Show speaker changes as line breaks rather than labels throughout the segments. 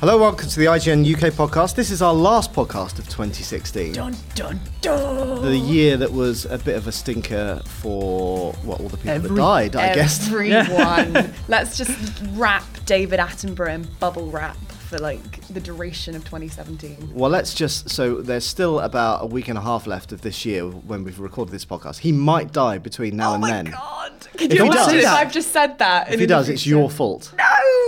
Hello, welcome to the IGN UK podcast. This is our last podcast of 2016,
Dun dun dun.
the year that was a bit of a stinker for what all the people that died, I guess.
Everyone. Let's just wrap David Attenborough in bubble wrap for like the duration of 2017.
Well, let's just so there's still about a week and a half left of this year when we've recorded this podcast. He might die between now
Oh
and
my
then.
god! Could
he
you imagine
does-
if I've just said that?
If he does, it's your fault.
No.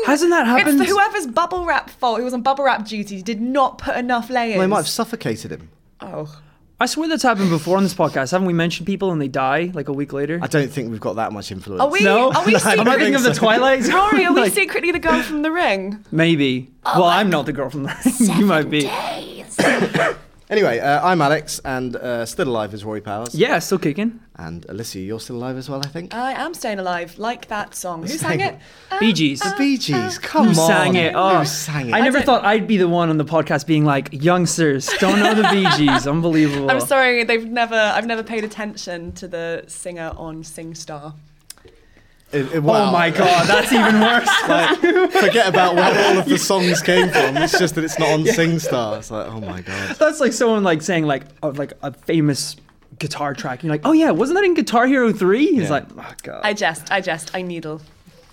Hasn't that
It's
happened?
the, whoever's bubble wrap fault. Who was on bubble wrap duty he did not put enough layers.
Well, they might have suffocated him.
Oh.
I swear that's happened before on this podcast. Haven't we mentioned people and they die like a week later?
I don't think we've got that much influence.
Are we?
no,
Are we
am I thinking
secretly?
of the Twilight? Zone?
Rory, are we
Like,
secretly the girl from the ring?
Maybe. well, I'm not the girl from the ring. you might be.
Anyway, uh, I'm Alex, and uh, still alive is Rory Powers.
Yeah, still kicking.
And Alicia, you're still alive as well, I think.
I am staying alive, like that song. Who sang
Staying-
it?
Bee Gees.
the Bee Gees,
uh,
come
Who
on.
Uh, sang it? Oh,
Who sang it?
I never
don't-
thought I'd be the one on the podcast being like, youngsters, don't know the Bee Gees. Unbelievable.
I'm sorry, they've never. I've never paid attention to the singer on SingStar.
It- it-
Oh
wow.
my god, that's even worse.
Like, forget about where all of the songs came from. It's just that it's not on SingStar. It's like, oh my god.
That's like someone like saying like oh, like a famous guitar track. You're like, oh yeah, wasn't that in Guitar Hero Three? He's
Yeah.
like, oh god.
I jest, I jest, I needle.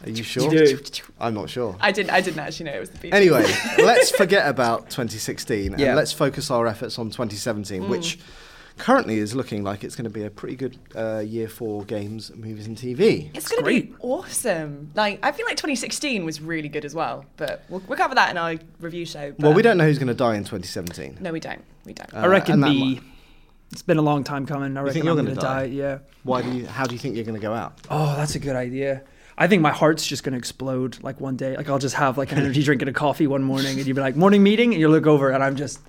Are you sure?
do.
I'm not sure.
I didn't, I didn't actually know it was the Bee Gees.
Anyway, let's forget about 2016 and
Yeah. Hmm.
let's focus our efforts on 2017, which currently is looking like it's going to be a pretty good uh, year for games, movies, and TV.
it's gonna be
great.
awesome. Like I feel like 2016 was really good as well, but we'll, we'll cover that in our review show. But
Well, we don't know who's going to die in 2017.
No, we don't. We don't.
I reckon
Uh, and that
me.
might-
It's been a long time coming. I reckon
you're
I'm
gonna
gonna
die?
die. Yeah.
Why do you? How do you think you're going to go out?
Oh, that's a good idea. I think my heart's just gonna explode like one day. Like I'll just have like an energy drink and a coffee one morning, and you'll be like morning meeting, and you look over, and I'm just,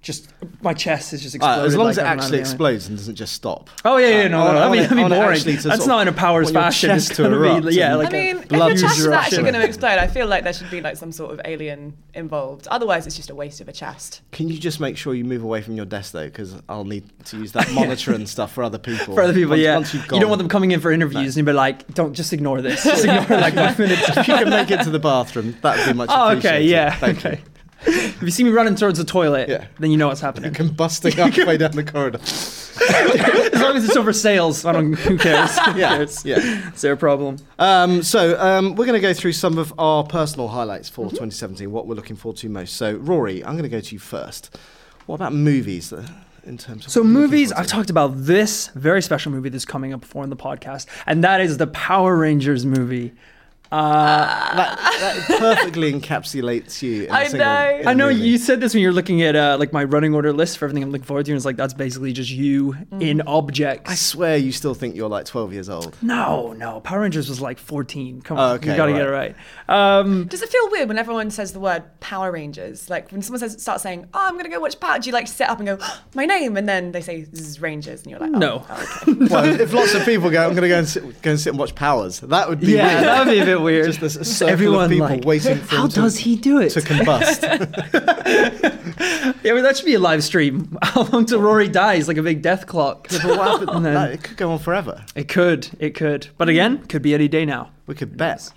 just my chest is just exploding.
as long as it actually explodes and doesn't just stop.
Oh yeah,
I
yeah, no, no,
want- I
that'd be,
want it-
that'd be
I want it
boring.
actually to sort
That's
of-
not in a powers
want your
fashion. It's
chest to
gonna be
erupt
yeah,
and-
like
I mean,
a
if
blood
the chest is
eruption.
actually going to explode, I feel like there should be like some sort of alien involved. Otherwise, it's just a waste of a chest.
Can you just make sure you move away from your desk though? Because I'll need to use that monitor and stuff for other people.
for other people,
Once-
yeah.
Once you've gone,
you don't want them coming in for interviews and you'd be like, don't just ignore this. Just ignore like five minutes.
if you can make it to the bathroom, that would be much
Oh,
appreciated.
okay, yeah.
Thank
okay.
you.
If you see me running towards the toilet,
Yeah.
then you know what's happening.
Combusting halfway down the corridor.
as long as it's over sales, I don't. Who cares? Who
Yeah,
cares?
yeah.
It's their problem.
Um, so um, we're going to go through some of our personal highlights for
Mm-hmm.
2017. What we're looking forward to most. So Rory, I'm going to go to you first. What about movies? Uh, in terms of
So
what you're looking
movies,
forward
I've
to?
talked about this very special movie that's coming up before in the podcast, and that is the Power Rangers movie.
that, that perfectly encapsulates you. In a
I
single-
know.
in a
I know
movie.
you said this when you were looking at uh, like my running order list for everything I'm looking forward to, and it's like that's basically just you in objects.
I swear you still think you're like 12 years old.
No, no. Power Rangers was like 14. Come
Oh,
on,
okay,
you gotta
right.
get it right. Um,
Does it feel weird when everyone says the word Power Rangers? Like when someone says, starts saying, "Oh, I'm gonna go watch Power," do you like sit up and go, "My name," and then they say "Zzz, Rangers, and you're
Hmm.
like, oh,
No.
oh, okay.
Well, if lots of people go, I'm going to go and sit, go and sit and watch Powers. That would be
yeah,
weird.
that would be a bit weird.
Just this circle of people waiting for
how
him to-
does he do it?
to combust.
yeah, well, that should be a live stream. How long till Rory dies? Like a big death clock.
But what happened-
And then-
no, it could go on forever.
It could, it could. But again, could be any day now.
We could bet.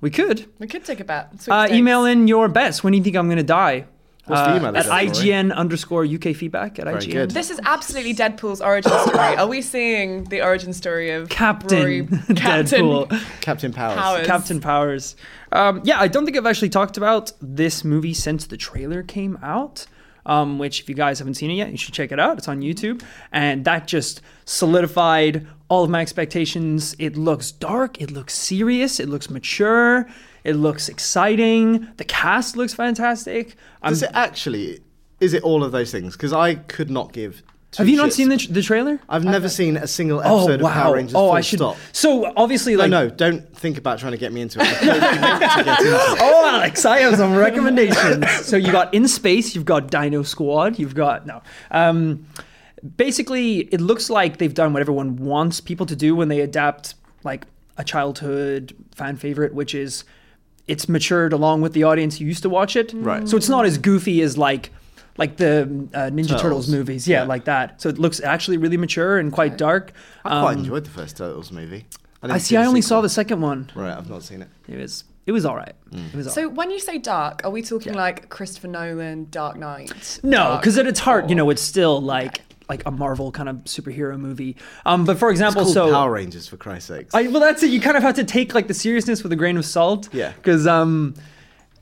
We could.
We could take a bet.
Uh,
Sweepstakes.
email in your bets. When do you think I'm gonna die?
What's the
Uh,
email
at
address, Rory?
IGN underscore UK feedback at IGN.
good.
This is absolutely Deadpool's origin story. Are we seeing the origin story of Rory,
Captain Deadpool.
Captain Powers.
Powers?
Captain Powers. Um, yeah, I don't think I've actually talked about this movie since the trailer came out. Um, which, if you guys haven't seen it yet, you should check it out. It's on YouTube, and that just solidified all of my expectations. It looks dark. It looks serious. It looks mature. It looks exciting. The cast looks fantastic. Um, I'm
Does it actually? Is it all of those things? Because I could not give
Have you not seen the, the trailer?
I've never seen a single
Oh
episode
wow!
of Power Rangers.
oh,
full
I should.
Stop.
So obviously,
No,
like,
no, don't think about trying to get me into it. I don't want to get into it.
oh, Alex, I have some recommendations. so you got In Space, you've got Dino Squad, you've got no. Um, basically, it looks like they've done what everyone wants people to do when they adapt like a childhood fan favorite, which is it's matured along with the audience who used to watch it.
Mm. Right.
So it's not as goofy as like like the uh, Ninja Turtles.
Turtles.
movies, yeah,
Yeah.
like that. So it looks actually really mature and quite dark.
I quite enjoyed the first Turtles movie. didn't
Um, I
see
see.
the
I only saw
sequel.
the second one.
Right, I've not seen it.
It was it was all right.
Mm.
It was all
So when you say dark, are we talking like Christopher Nolan, Dark Knight?
No,
Dark
because at its heart, you
Thor?
know, it's still like like a Marvel kind of superhero movie. Um, but for example,
Called
so
Power Rangers for Christ's sakes.
I, well, that's it. You kind of have to take like the seriousness with a grain of salt.
Yeah.
Because um,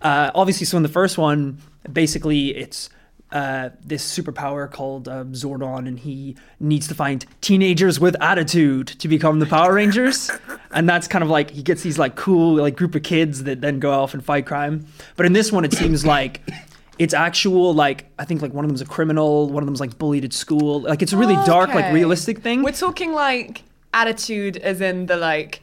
uh, obviously, so in the first one, basically it's uh, this superpower called uh, Zordon, and he needs to find teenagers with attitude to become the Power Rangers. and that's kind of like he gets these like cool like group of kids that then go off and fight crime. But in this one, it seems like. It's actual like I think like one of them's a criminal, one of them's like bullied at school. Like it's a really dark, like
Okay.
realistic thing.
We're talking like attitude, as in the like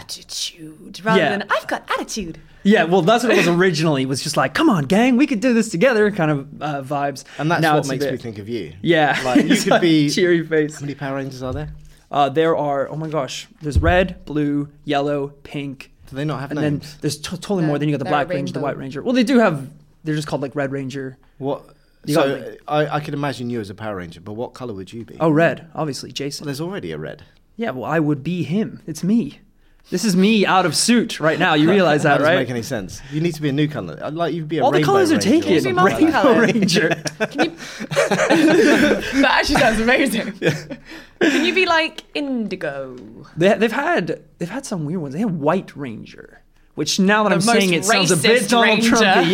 attitude, rather
Yeah.
than I've got attitude.
Yeah, well, that's what it was originally. Was just like, come on, gang, we could do this together, kind of uh, vibes.
and that's
Now
what
it's a
makes
bit-
me think of you.
Yeah,
Like, you
It's
could be-
cheery
How
face.
many Power Rangers are there?
Uh, there are oh my gosh, there's red, blue, yellow, pink,
Do they not have
and then
names?
there's to- totally
No,
more. Then you got the
they're a
black ranger, the
rainbow.
white ranger. Well, they do have. They're just called like red ranger.
What?
You
so
got, like-
I, I could imagine you as a Power Ranger, but what color would you be?
Oh, red, obviously,
Well,
Jason.
there's already a red.
Yeah, well, I would be him. It's me. This is me out of suit right now. You realize
That
that,
doesn't make
right?
any sense. You need to be a new color. I'd like you to be a
All the
rainbow
colors are
Ranger or
taken.
something like that.
Rainbow
multicolored.
ranger.
That actually sounds amazing. Can you be like indigo?
They, they've had they've had some weird ones. They had White Ranger, which now that I'm
most
saying it sounds a bit
racist
Donald
ranger.
Trumpy.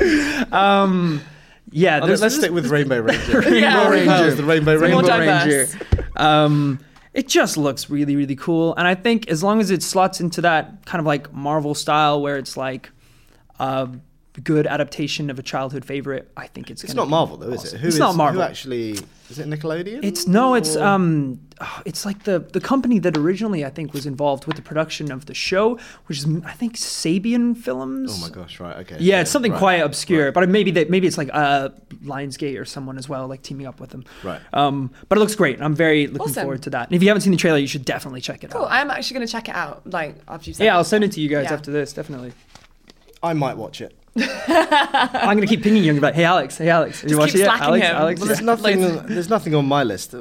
Yeah. um, yeah.
Oh, let's
there's- there's-
stick with Rainbow Ranger.
Yeah.
More
Rainbow
powers, the Rainbow
Rainbow
Ranger.
more diverse.
Ranger. Um, it just looks really really cool, and I think as long as it slots into that kind of like Marvel style where it's like a good adaptation of a childhood favorite, I think it's
It's not
gonna be
Marvel though, is it?
awesome.
Who
it's
is-
not Marvel.
Who actually is it? Nickelodeon?
It's no, it's um, oh, it's like the the company that originally I think was involved with the production of the show, which is I think Sabian Films.
Oh my gosh! Right. Okay.
Yeah, it's something
right,
quite obscure, but maybe that maybe it's like uh, Lionsgate or someone as well, like teaming up with them.
Right.
Um, but it looks great. I'm very looking
Awesome.
forward to that. And if you haven't seen the trailer, you should definitely check it
Cool.
out.
I am Oh, actually going to check it out. Like after you said.
Yeah, I'll send it to you guys
Yeah.
after this. Definitely.
I might watch it.
I'm gonna keep pinging you and be like, "Hey, Alex. Hey, Alex. Have you
Just
watched
keep
it? yet?
slacking
Alex.
him.
Alex.
Well, there's
Yeah.
nothing. there's nothing on my list uh,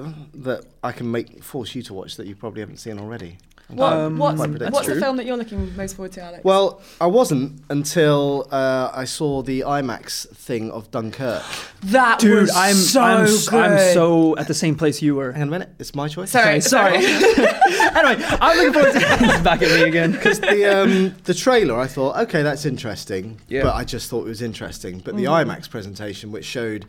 that I can make force you to watch that you probably haven't seen already.
What,
Um,
what's
quite predictable.
what's the
True.
film that you're looking most forward to, Alex?
Well, I wasn't until uh, I saw the IMAX thing of Dunkirk.
that
Dude,
was
I'm
so
I'm,
good.
I'm so at the same place you were.
Hang on a minute, it's my choice.
Sorry.
Okay, sorry. anyway, I'm looking forward to he's back at me again.
Because the um, the trailer, I thought, okay, that's interesting.
Yeah.
But I just thought it was interesting. But the
Mm-hmm.
IMAX presentation, which showed,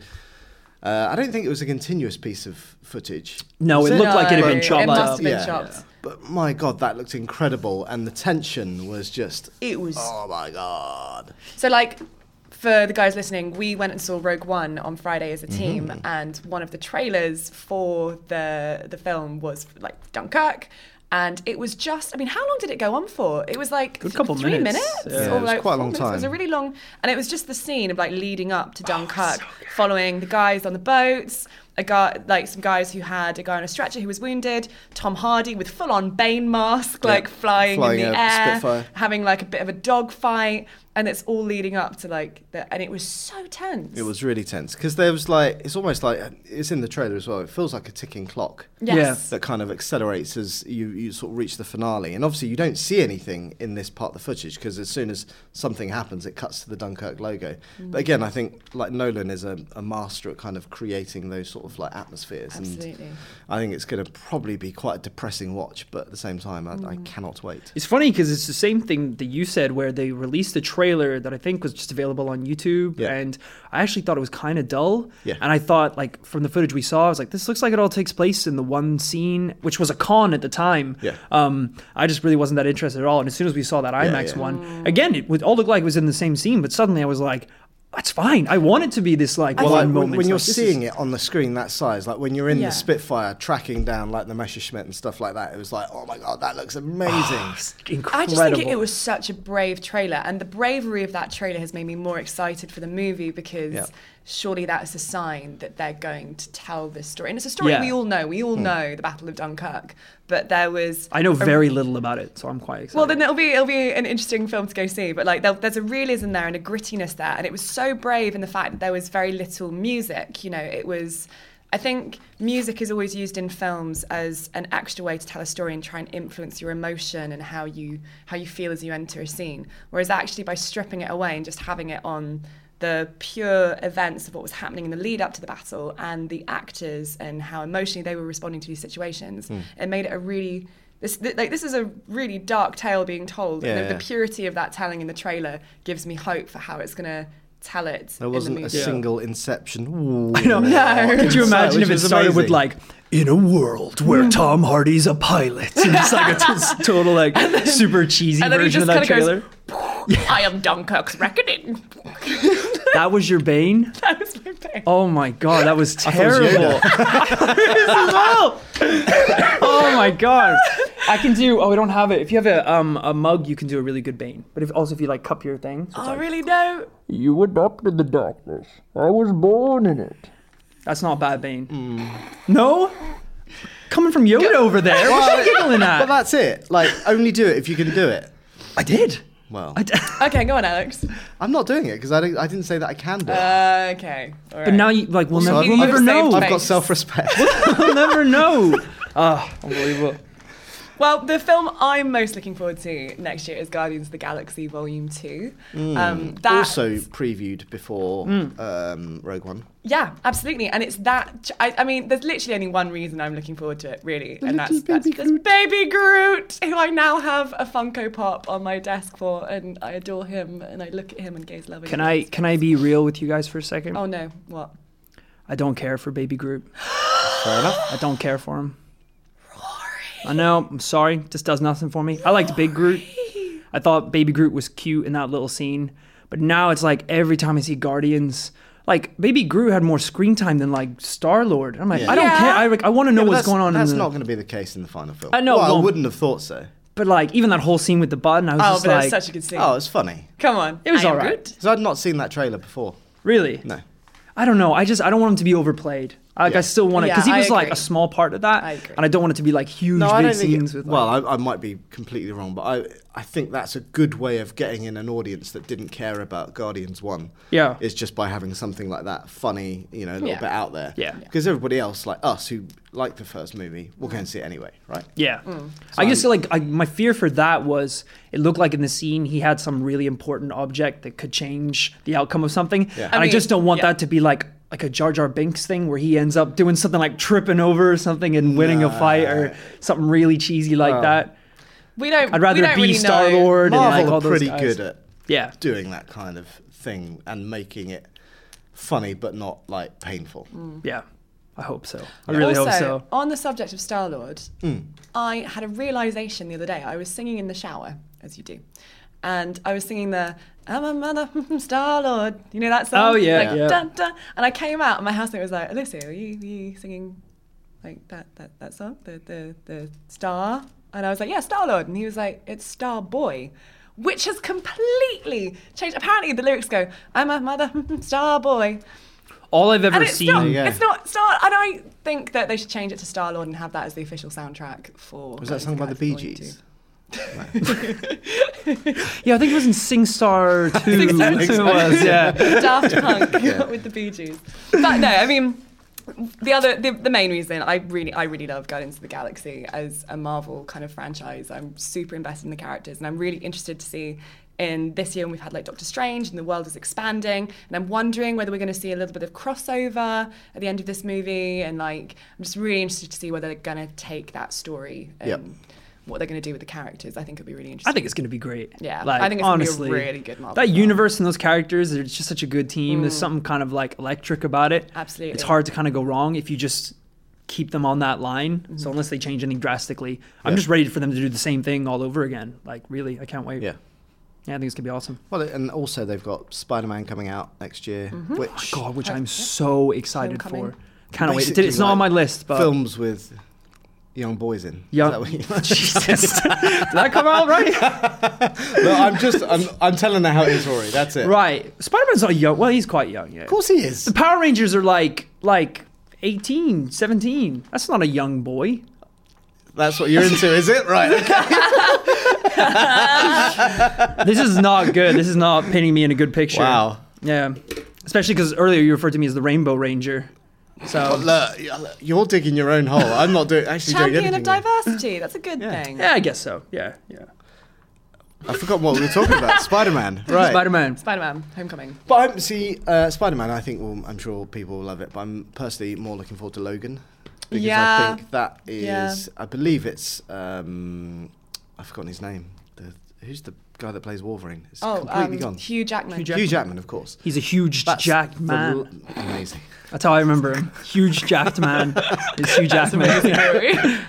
uh, I don't think it was a continuous piece of footage.
No,
Was
it looked like it had been
No,
chopped
it must
up.
have been chopped.
But my god, that looked incredible, and the tension was just.
It was
Oh my god!
So, like, for the guys listening, we went and saw Rogue One on Friday
Mm-hmm.
as a team, and one of the trailers for the the film was like Dunkirk, and it was just. I mean, how long did it go on for? It was like
Good couple
three
minutes.
minutes,
Yeah.
Yeah, it
or
was
like
quite a
four
long
minutes. It was a
time.
really long, and it was just the scene of like leading up
Oh,
to Dunkirk, following the guys on the boats. A guy, like some guys who had a guy on a stretcher who was wounded. Tom Hardy with full-on Bane mask, like flying,
Flying
in the
a
air
Spitfire.
having like a bit of a dog fight and it's all leading up to like the, and it was so tense
It was really tense because there was like it's almost like it's in the trailer as well. It feels like a ticking clock.
yes
that kind of accelerates as you, you sort of reach the finale. And obviously, you don't see anything in this part of the footage because as soon as something happens, it cuts to the Dunkirk logo.
Mm.
But again, I think like Nolan is a, a master at kind of creating those sort of like atmospheres.
Absolutely.
And I think it's going to probably be quite a depressing watch, but at the same time, I,
Mm.
I cannot wait.
It's funny because it's the same thing that you said, where they released the trailer that I think was just available on YouTube,
Yeah.
and I actually thought it was kind of dull.
Yeah.
And I thought, like, from the footage we saw, I was like, this looks like it all takes place in the one scene, which was a con at the time.
Yeah.
Um, I just really wasn't that interested at all. And as soon as we saw that IMAX
yeah.
one, again, it would all look like it was in the same scene, but suddenly I was like. that's fine. I want it to be this like
I
one
think-
Well, like,
moment.
when, when you're
like, this
seeing
is-
it on the screen that size, like when you're in
Yeah.
the Spitfire tracking down like the Messerschmitt and stuff like that, it was like, oh my god, that looks amazing.
incredible.
I just think it, it was such a brave trailer, and the bravery of that trailer has made me more excited for the movie because
Yeah.
surely that's a sign that they're going to tell this story. And it's a story
Yeah. Hmm.
we all know. We all know the Battle of Dunkirk, but there was
I know
a
very little about it, so I'm quite excited.
well, then it'll be it'll be an interesting film to go see. But like, there- there's a realism there and a grittiness there, and it was so brave in the fact that there was very little music. You know, it was. I think music is always used in films as an extra way to tell a story and try and influence your emotion and how you how you feel as you enter a scene. Whereas actually, by stripping it away and just having it on the pure events of what was happening in the lead up to the battle and the actors and how emotionally they were responding to these situations, it made it a really this th- like this is a really dark tale being told, and
Yeah,
the, the
yeah.
purity of that telling in the trailer gives me hope for how it's gonna tell it.
There
in
wasn't
the
a
movie.
Yeah.
single Inception.
I know.
No.
Could
Inside,
you imagine
which
if it
was
started with
amazing.
like Hmm. in a world where Tom Hardy's a pilot? And it's like a t- total like super cheesy
and then he
version of that
just kinda
trailer.
goes, I am Dunkirk's reckoning.
That was your bane.
that was my thing.
Oh my god, that was
it was
terrible. This is hell. oh my god. I can do. Oh, I don't have it. If you have a um a mug, you can do a really good bane. But if also if you like cup your thing, so it's
Oh,
like-
really? No.
You adopted the darkness. I was born in it.
that's not bad bane. No, coming from Yoda over there. What are you giggling
But
at?
that's it. Like, only do it if you can do it.
I did.
Well,
I
I d-
did.
Okay, go on, Alex.
I'm not doing it because I, don't- I didn't say that I can do it.
Uh, okay. All right.
But now you like we'll
So
never,
I've
we'll
got-
never know.
I've got
face.
self-respect.
we'll never know. Ah, unbelievable.
Well, the film I'm most looking forward to next year is Guardians of the Galaxy Volume Two.
Hmm,
Um, that
also previewed before um, Rogue One.
Yeah, absolutely. And it's that. ch- I, I mean, there's literally only one reason I'm looking forward to it, really. and that's
little
that's,
baby
that's Baby Groot, who I now have a Funko Pop on my desk for, and I adore him, and I look at him and gaze lovingly.
Can I can I be real with you guys for a second?
Oh, no. What?
I don't care for Baby Groot.
Fair enough.
I don't care for him. I know. I'm sorry. This does nothing for me. I liked Big Groot. I thought Baby Groot was cute in that little scene, but now it's like every time I see Guardians, like Baby Groot had more screen time than like Star Lord. I'm like,
Yeah.
I don't
Yeah.
care. I, like, I want to know
Yeah, but
what's
that's-
going on.
That's
in the,
not going to be the case in the final film.
I know it
Well, I
won't.
wouldn't have thought so.
But like even that whole scene with the button, I was
Oh,
just
but that's
like,
such a good scene.
Oh, it's funny
Come on.
It was
I am
all right.
Groot.
because I'd not seen that trailer before.
really?
No.
I don't know. I just I don't want him to be overplayed. Like
Yeah.
I still want it because
Yeah,
he
I
was like
agree.
a small part of that,
I agree.
and I don't want it to be like huge
No,
big
I don't think.
scenes
It,
with.
well,
like,
I, I might be completely wrong, but I I think that's a good way of getting in an audience that didn't care about Guardians One.
Yeah.
is just by having something like that funny, you know, a little
Yeah.
bit out there.
Yeah. Yeah.
because everybody else like us who liked the first movie, will go and see it anyway, right?
yeah,
mm.
I just feel like I, my fear for that was it looked like in the scene he had some really important object that could change the outcome of something, and I,
I mean,
just don't want
yeah.
that to be like like a Jar Jar Binks thing where he ends up doing something like tripping over or something and winning a fight or something really cheesy like that.
We don't.
I'd rather
we
it
don't
be
really
Star
know.
Lord and
Marvel
like all
are
those
pretty
guys.
good at
Yeah.
doing that kind of thing and making it funny but not like painful.
Yeah, I hope so. I really
also,
hope so. Hmm.
on the subject of Star Lord, I had a realization the other day. I was singing in the shower, as you do, and I was singing the "I'm a mother Star Lord." You know that song?
Oh, yeah,
Like,
yeah.
dun, dun. And I came out, and my housemate was like, "Alyssa, are you, are you singing like that that that song, the the the Star?" And I was like, "Yeah, Star Lord." And he was like, "It's Star Boy." Which has completely changed. Apparently, the lyrics go, "I'm a mother, star boy."
All I've ever
And it's
seen.
not,
you go.
it's not Star. And I think that they should change it to Star Lord and have that as the official soundtrack for.
Was that sung by the Bee Gees?
Yeah, I think it was in Sing Star 2. it was, yeah.
Daft Punk with the Bee Gees. But no, I mean. The other, the, the main reason I really, I really love Guardians of the Galaxy as a Marvel kind of franchise. I'm super invested in the characters, and I'm really interested to see in this year when we've had like Doctor Strange and the world is expanding, and I'm wondering whether we're going to see a little bit of crossover at the end of this movie, and like I'm just really interested to see whether they're going to take that story and
Yep.
what they're going to do with the characters. I think it'll be really interesting.
I think it's going to be great.
Yeah,
Like,
I think it's gonna be a
honestly,
really good Marvel
That
film.
universe and those characters, they're just such a good team. There's something kind of like electric about it.
Absolutely.
It's hard to kind of go wrong if you just keep them on that line.
Mm-hmm.
So unless they change anything drastically, I'm just ready for them to do the same thing all over again. Like, really, I can't wait.
Yeah.
Yeah, I think it's gonna be awesome.
Well, and also they've got Spider-Man coming out next year, which
God, which I'm so excited
Homecoming.
for. Cannot wait. It's,
Basically,
it's not on my
like,
list, but
films with young boys in. Is
Yeah.
that what you-
Jesus, did that come out right?
no, I'm just I'm, I'm telling her how it is, Rory. That's it.
right. Spider Man's not young. Well, he's quite young. Yeah.
Of course he is.
The Power Rangers are like like 18, 17. That's not a young boy.
That's what you're into, is it? Right. Okay.
This is not good. This is not painting me in a good picture.
Wow.
Yeah. Especially because earlier you referred to me as the Rainbow Ranger. So
Look, y- look, you're digging your own hole. I'm not doing actually doing
Champion
anything.
of diversity. That's a good thing.
yeah, I guess so. Yeah, yeah.
I forgot what we were talking about. Spider-Man. Right.
Spider Man.
Spider-Man: Homecoming.
But I'm see uh, Spider-Man. I think will I'm sure people will love it. But I'm personally more looking forward to Logan because
Yeah.
I think that is.
Yeah.
I believe it's. Um, I've forgotten his name. The, who's the guy that plays Wolverine? It's
Oh,
completely
um,
gone.
Hugh Jackman.
Hugh Jack-
Hugh Jackman, of course.
He's a huge
That's
jacked
the
man.
l- amazing.
That's how I remember him. Huge jacked man. It's Hugh Jackman.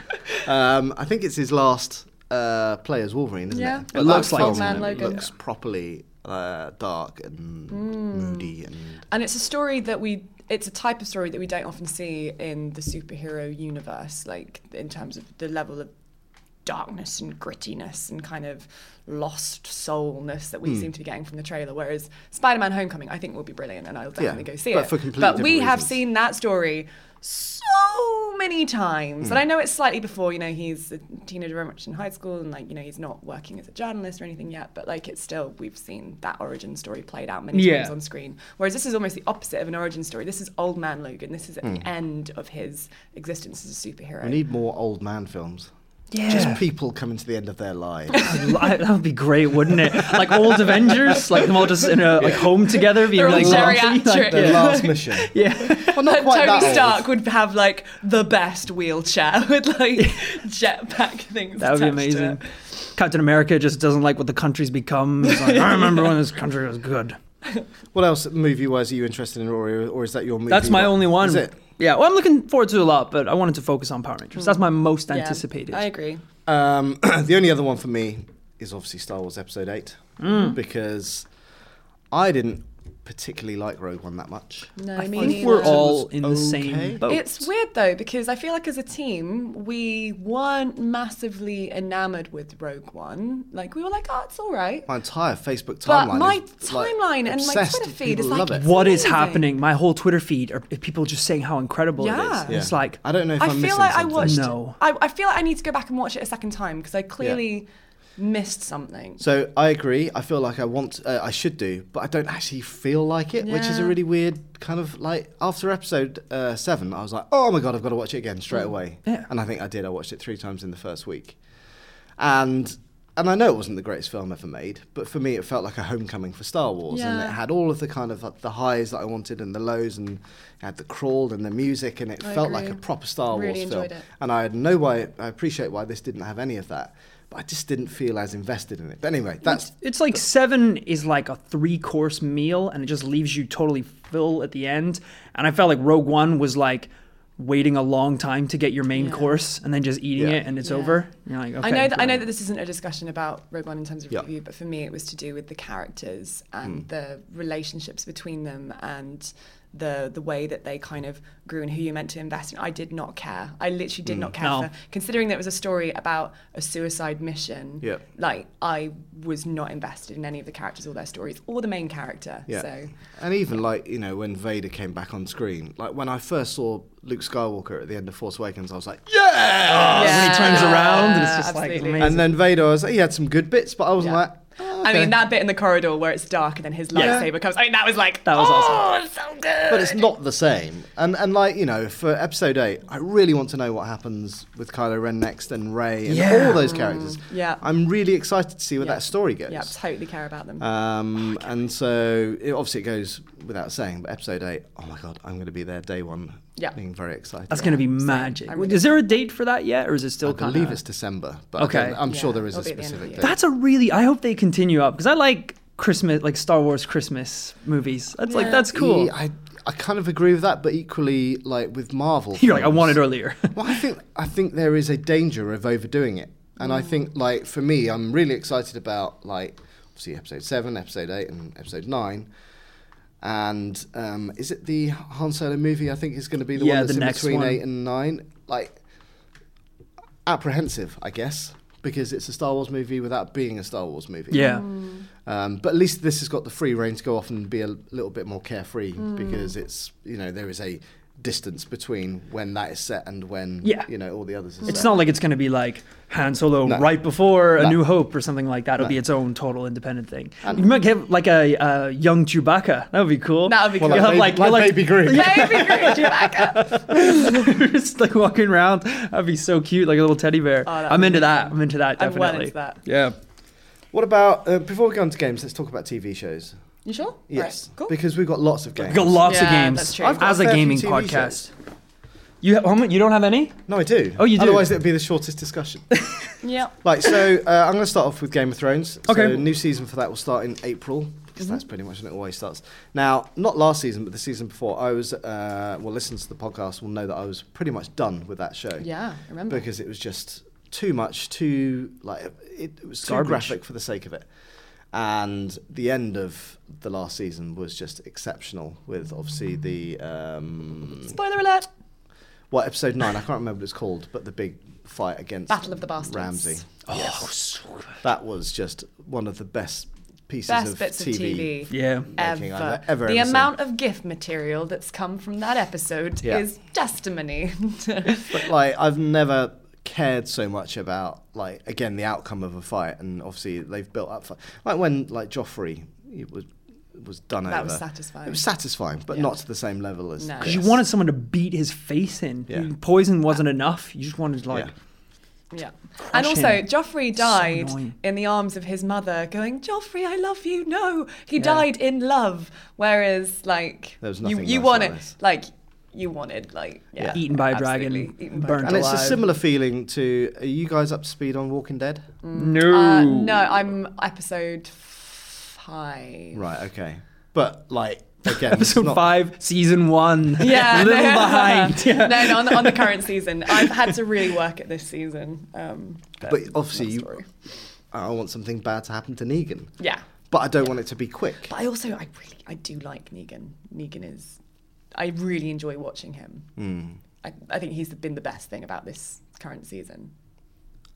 Um, I think it's his last uh, play as Wolverine, isn't
Yeah.
it?
It looks
that
like
film
it. Man
Logan.
Looks properly uh, dark and moody and
And it's a story that we, it's a type of story that we don't often see in the superhero universe, like in terms of the level of darkness and grittiness and kind of lost soulness that we
Hmm.
seem to be getting from the trailer. Whereas Spider Man Homecoming, I think, will be brilliant and I'll definitely go see
but
it.
for completely
but we
different
have
reasons.
seen that story so many times.
Hmm.
And I know it's slightly before, you know, he's a teenager very much in high school and like, you know, he's not working as a journalist or anything yet, but like it's still, we've seen that origin story played out many
Yeah.
times on screen. Whereas this is almost the opposite of an origin story. This is Old Man Logan. This is at the end of his existence as a superhero.
Hmm. We need more old man films.
Yeah.
Just people coming to the end of their lives.
Li- that would be great, wouldn't it? Like old Avengers, like them all just in a like home together, being
They're all
like grumpy, like,
geriatric.
Their
yeah.
last mission.
yeah.
Well, not quite that
Tony
old.
Stark would have like the best wheelchair with like jetpack things.
That would be
attached to
amazing.
it.
Captain America just doesn't like what the country's become. It's like, I remember when this country was good.
What else movie wise are you interested in, Rory, or is that your movie?
That's my only one.
Is it?
Yeah, well, I'm looking forward to it a lot, but I wanted to focus on Power Rangers. That's my most
Hmm. Yeah,
anticipated.
I agree.
Um, the only other one for me is obviously Star Wars Episode Eight Hmm. because I didn't particularly like Rogue One that much.
No,
I
me
think
neither.
we're all in the
Okay.
same boat.
It's weird though because I feel like as a team we weren't massively enamored with Rogue One. Like we were like, oh, it's all right.
My entire Facebook
But
timeline.
my
is, like,
timeline and my
obsessed
Twitter
with
feed is
people
like,
love it.
what is
amazing.
happening? My whole Twitter feed are people just saying how incredible
Yeah.
it is.
Yeah.
It's like
I don't know if
I
am
feel like I watched.
No.
I, I feel like I need to go back and watch it a second time because I clearly missed something.
So I agree. I feel like I want, uh, I should do, but I don't actually feel like it, which is a
Yeah.
really weird kind of like. After episode uh, seven, I was like, oh my god, I've got to watch it again straight
Mm.
away.
Yeah.
And I think I did. I watched it three times in the first week, and and I know it wasn't the greatest film ever made, but for me, it felt like a homecoming for Star Wars, and
Yeah.
it had all of the kind of uh, the highs that I wanted and the lows, and it had the crawl and the music, and it
I
felt like
agree.
a proper Star
Really
Wars film.
enjoyed it.
And I know why. I appreciate why this didn't have any of that, but I just didn't feel as invested in it. But anyway, that's
It's like seven is like a three course meal and it just leaves you totally full at the end. And I felt like Rogue One was like waiting a long time to get your main course and then just eating
Yeah.
it and it's
Yeah.
over. You're like, okay,
I know that I know
great.
that this isn't a discussion about Rogue One in terms of
Yeah.
review, but for me it was to do with the characters
Hmm.
and the relationships between them and the the way that they kind of grew and who you meant to invest in. I did not care. I literally did not care
Hmm. No.
for considering that it was a story about a suicide mission.
Yeah.
Like I was not invested in any of the characters or their stories or the main character.
yeah.
So
And even like you know when Vader came back on screen, like when I first saw Luke Skywalker at the end of Force Awakens, I was like, yeah.
And then Ah, he turns around and it's
Yeah,
just
absolutely.
like amazing.
And then Vader, I was like, he had some good bits, but I wasn't
Yeah.
like. "Oh,
I
okay."
mean that bit in the corridor where it's dark and then his
Yeah.
lightsaber comes. I mean that was like
That was
oh,
awesome.
it's so good.
but it's not the same. And and like you know, for episode eight, I really want to know what happens with Kylo Ren next and Ray and
Yeah.
all those characters.
yeah.
I'm really excited to see where
Yeah.
that story goes.
yeah, totally care about them. Oh,
Um, and so it, obviously it goes without saying, but episode eight, oh my god, I'm going to be there day one.
Yeah.
being very excited.
That's going to be magic.
I'm really
is there a date for that yet or is it still
I
kind
believe it's December, but
Okay.
okay. I'm sure
Yeah,
there is a
it'll be at the end of
specific
the
date.
year.
That's a really. I hope they continue up because I like Christmas, like Star Wars Christmas movies. That's like
Yeah.
that's cool.
Yeah, I, I kind of agree with that, but equally, like with Marvel,
You're like I
films-
wanted earlier.
Well, I think I think there is a danger of overdoing it, and I think like for me, I'm really excited about like obviously episode seven, episode eight, and episode nine. And um, is it the Han Solo movie? I think is going to be the
Yeah,
one that's
the
in
next
between
one.
eight and nine. Like apprehensive, I guess, because it's a Star Wars movie without being a Star Wars movie.
Yeah.
Um, but at least this has got the free reign to go off and be a little bit more carefree
Mm.
because it's you know there is a distance between when that is set and when
Yeah.
you know all the others. Are
It's
set.
not like it's going to be like Han Solo
No.
right before A
No.
New Hope or something like that. It'll be its own total independent thing. you might have like a, a young Chewbacca. That would be cool.
That would be Well, cool.
You'll have,
like, baby-
you'll
like
have-
Baby Groot.
Baby Groot, Chewbacca.
just like walking around. That'd be so cute, like a little teddy bear.
Oh, that'd
I'm
be
into
amazing.
that. I'm into that.
I'm
Definitely.
well into that.
Yeah.
What about uh, before we go on to games? Let's talk about TV shows.
You sure?
Yes,
Right, cool.
because we've got lots of games.
We've got lots of
Yeah,
games
that's true. I've
got
as
a
a
fair few
gaming
TV
podcast.
shows.
You ha- how many- you don't have any?
No, I do.
Oh, you do?
Otherwise, it'd be the shortest discussion.
Yeah.
Right, so uh, I'm going to start off with Game of Thrones.
Okay. Mm-hmm.
So new season for that will start in April because that's pretty much when it always starts. Now, not last season, but the season before, I was uh, well, listeners to the podcast will know that I was pretty much done with that show.
Yeah, I remember.
Because it was just too much, too like it, it was too
Garbage.
graphic for the sake of it. And the end of the last season was just exceptional with obviously the um,
Spoiler alert.
well, episode nine, I can't remember what it's called, but the big fight against
Battle of the Bastards.
Ramsey.
Oh,
That was just one of the best pieces
Best
of,
bits
TV.
of TV.
yeah.
Making I've
Ever.
ever
the
ever seen.
amount of gift material that's come from that episode
Yeah.
is testimony.
But like, I've never cared so much about like again the outcome of a fight, and obviously they've built up. Fight. Like when like Joffrey it was was done
That
over.
was satisfying.
It was satisfying, but
Yeah.
not to the same level as.
No.
Because
this.
you wanted someone to beat his face in.
Yeah.
You- Poison wasn't enough. You just wanted like.
Yeah.
Yeah.
Crush
And also,
him.
Joffrey died
annoying.
in the arms of his mother, going, Joffrey, I love you. No. He died in love. Whereas, like,
There was
you,
nothing
you
nice
wanted,
about this.
like, you wanted, like, yeah.
Eaten by a dragon,
absolutely, Eaten by
burnt
a
And
dragon.
it's a
alive.
similar feeling to. Are you guys up to speed on Walking Dead?
No.
Uh, no, I'm episode five.
Right. Okay. But like again, it's
Episode
not-
five, season one.
Yeah.
little
no.
behind. Yeah.
No, no, on the, on the current season. I've had to really work at this season. Um,
But obviously,
long
you-
story.
I want something bad to happen to Negan.
Yeah.
But I don't want it to be quick.
But I also, I really, I do like Negan. Negan is, I really enjoy watching him.
Hmm.
I, I think he's been the best thing about this current season.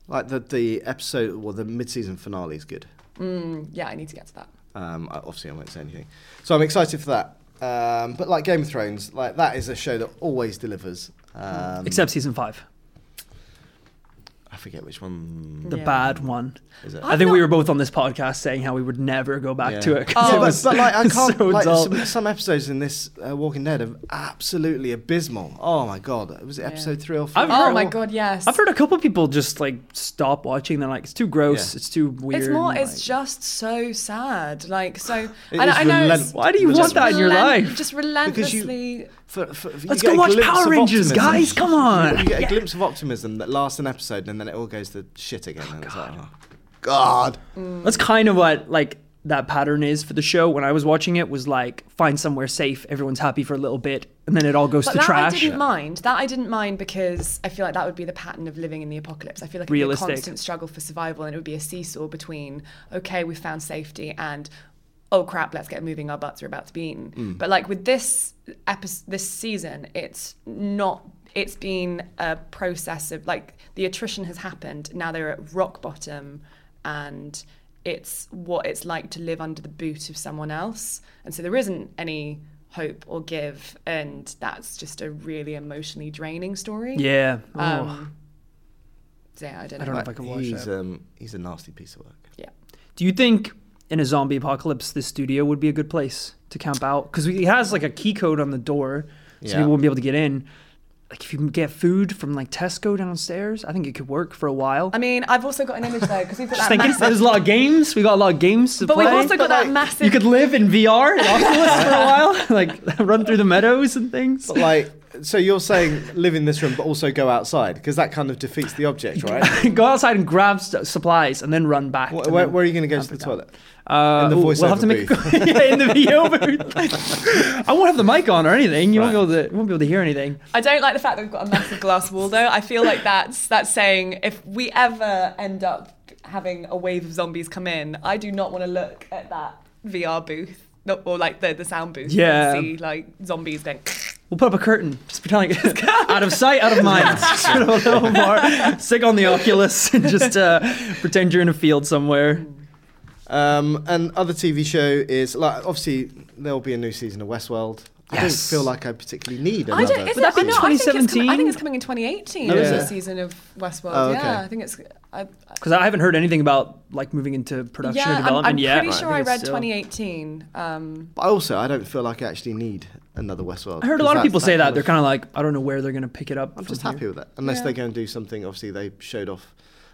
Like the the episode, well, the mid season finale is good.
Yeah, I need to get to that.
Um, I- obviously, I won't say anything. So I'm excited for that. Um, but like Game of Thrones, like that is a show that always delivers. Um,
Except season five,
I forget which one
the
Yeah.
bad one.
is it.
i
I've
think we
not-
were both on this podcast saying how we would never go back
Yeah.
to it. 'cause
Oh,
it
Yeah, but,
was
but, like I can't.
so
like,
dull.
some, some episodes in this uh, Walking Dead are absolutely abysmal. Oh my god, was it episode three or 4
I've
Oh
heard-
my god, yes.
I've heard a couple people just like stop watching. They're like, it's too gross.
Yeah.
It's too weird.
it's more.
and,
It's
like-
just so sad. Like so.
It
and
is
I know. it's
relent-
Why do you
Just
want that in your
relent-
life?
Just
Because you-
relentlessly.
For, for, you
Let's
get
go
a
watch
glimpse
Power
of
Rangers,
optimism.
guys. Come
You
on.
get a glimpse of optimism that lasts an episode, and then it all goes to shit again. and it's like, oh, god.
That's kind of what like that pattern is for the show. When I was watching it, was like find somewhere safe. Everyone's happy for a little bit, and then it all goes
But
to
that I
trash.
didn't mind. That I didn't mind because I feel like that would be the pattern of living in the apocalypse. I feel like it'd
Realistic.
be a constant struggle for survival, and it would be a seesaw between okay, we found safety, and oh crap, let's get moving. Our butts are about to be eaten.
Hmm.
But like with this episode, this season, it's not. It's been a process of like the attrition has happened. Now they're at rock bottom, and it's what it's like to live under the boot of someone else. And so there isn't any hope or give. And that's just a really emotionally draining story.
Yeah. Oh.
Um, so yeah, I don't know.
I don't know if I can watch
he's,
that.
Um, he's a nasty piece of work.
Yeah.
Do you think in a zombie apocalypse, this studio would be a good place to camp out? Because he has like a key code on the door, so
Yeah.
people wouldn't be able to get in. Like if you can get food from like Tesco downstairs, I think it could work for a while.
I mean, I've also got an image though, because we've got that
Just thinking,
massive-
there's a lot of games. We got a lot of games to
But
play.
we've also got
But,
that
like,
massive.
you could live in VR in Oculus for a while, like run through the meadows and things.
But like, so you're saying live in this room, but also go outside because that kind of defeats the object, right?
Go outside and grab st- supplies and then run back.
Wh-
to
where,
them.
where are you going to go to the toilet?
Uh,
in the
ooh, we'll
voiceover
have to make A, yeah, in the video booth. I won't have the mic on or anything. You won't be able to. You won't be able to hear anything.
I don't like the fact that we've got a massive glass wall though. I feel like that's that's saying if we ever end up having a wave of zombies come in, I do not want to look at that VR booth. no- Or like the, the sound booth, and
Yeah.
see like zombies going.
We'll put up a curtain, just pretending it's out of sight, out of mind. Just put a little more stick on the Oculus and just uh, pretend you're in a field somewhere.
Um, and other TV show is like obviously there will be a new season of Westworld. I don't
Yes.
feel like I particularly need
I
another.
don't. Is
Would that
it?
be
I know, I think it's coming- I
2017?
think it's coming in 2018.
Oh,
is
is
the
it?
season of Westworld.
Oh, okay.
Yeah, I think it's. I, I-
Because I haven't heard anything about like moving into production
yeah,
or
I'm-
development
I'm,
yet.
pretty sure
think
I
it's
read
still-
2018. Um,
But also, I don't feel like I actually need another Westworld.
I heard a
'cause
lot of
that's
people say that.
kind
They're
of-
kind of like, I don't know where they're going to pick it up.
I'm
from
just
here.
happy with that, unless
Yeah.
they go and do something. Obviously, they showed off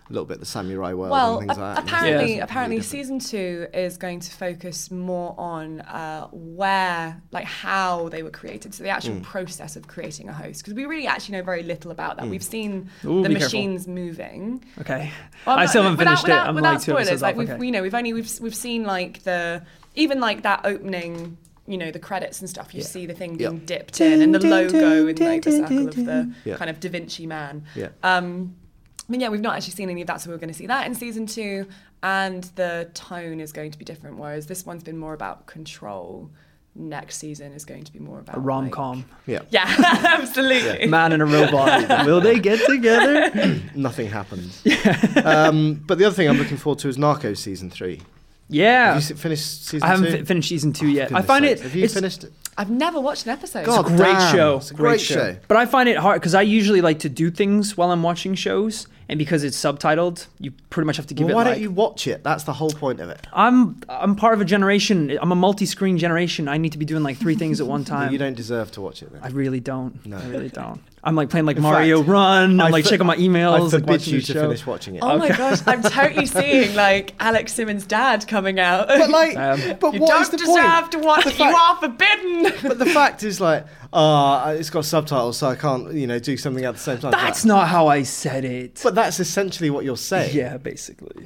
a little bit the samurai world
well,
and things
a-
like that. and that's
apparently,
something
apparently,
different.
season two is going to focus more on uh, where, like, how they were created, so the
Hmm.
actual process of creating a host. Because we really actually know very little about
Hmm.
that. We've seen
Ooh,
the
be careful.
machines moving.
Okay.
Well,
I
but
still haven't
without-
finished
without-
it. I'm
without
like two
spoilers,
episodes
like
off.
we've,
okay.
you know, we've only we've we've seen like the even like that opening, you know, the credits and stuff. You see the thing being
Yeah.
dipped in and the
Dun, dun,
logo in
dun,
like the
dun,
circle of
dun,
the
Yeah.
kind of Da Vinci Man.
Yeah.
Um, I mean, yeah, we've not actually seen any of that, so we're going to see that in season two, and the tone is going to be different. Whereas this one's been more about control. Next season is going to be more about
A
like-
rom com.
Yeah,
yeah, absolutely.
Man and a robot. Will they get together?
nothing happens. um, but the other thing I'm looking forward to is Narcos season three.
Yeah.
Have you se- finished season
I haven't
two? Oh,
fi- finished season two yet. I
Goodness
find
sakes,
it.
Have you
it's,
finished it?
I've never watched an episode.
God.
Great
damn,
show.
it's a great show.
But I find it hard because I usually like to do things while I'm watching shows, and because it's subtitled, you pretty much have to give
Well,
it.
why
like,
don't you watch it? That's the whole point of it.
I'm I'm part of a generation. I'm a multi-screen generation. I need to be doing like three things at one
Well,
time.
you don't deserve to watch it then.
I really don't.
No.
I really don't. I'm like playing like
In
Mario
fact,
Run. I'm like
fo-
checking my emails.
I
like,
forbid
watching
you
the
to
show.
finish watching it.
Oh my gosh, I'm totally seeing like Alex Simmons' dad coming out.
But like,
Um,
but
you
what
don't
is the
deserve
point?
to watch.
The
you
fact-
are forbidden.
But the fact is, like, ah, it's got subtitles, so I can't, you know, do something at the same time.
That's
But-
not how I said it.
But that's essentially what you're saying.
yeah, basically.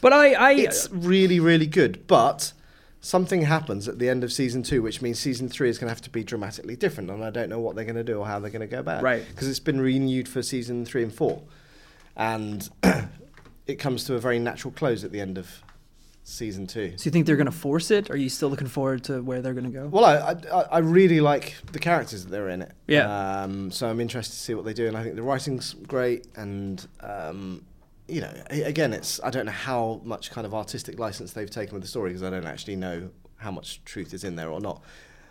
But I, I
It's really, really good. But something happens at the end of season two, which means season three is going to have to be dramatically different. And I don't know what they're going to do or how they're going to go about it.
Right.
Because it's been renewed for season three and four. And it comes to a very natural close at the end of season two.
so you think they're gonna force it? Are you still looking forward to where they're gonna go?
Well, I, I I really like the characters that they're in it.
Yeah.
Um, so I'm interested to see what they do, and I think the writing's great, and um, you know, a- again, it's I don't know how much kind of artistic license they've taken with the story because I don't actually know how much truth is in there or not.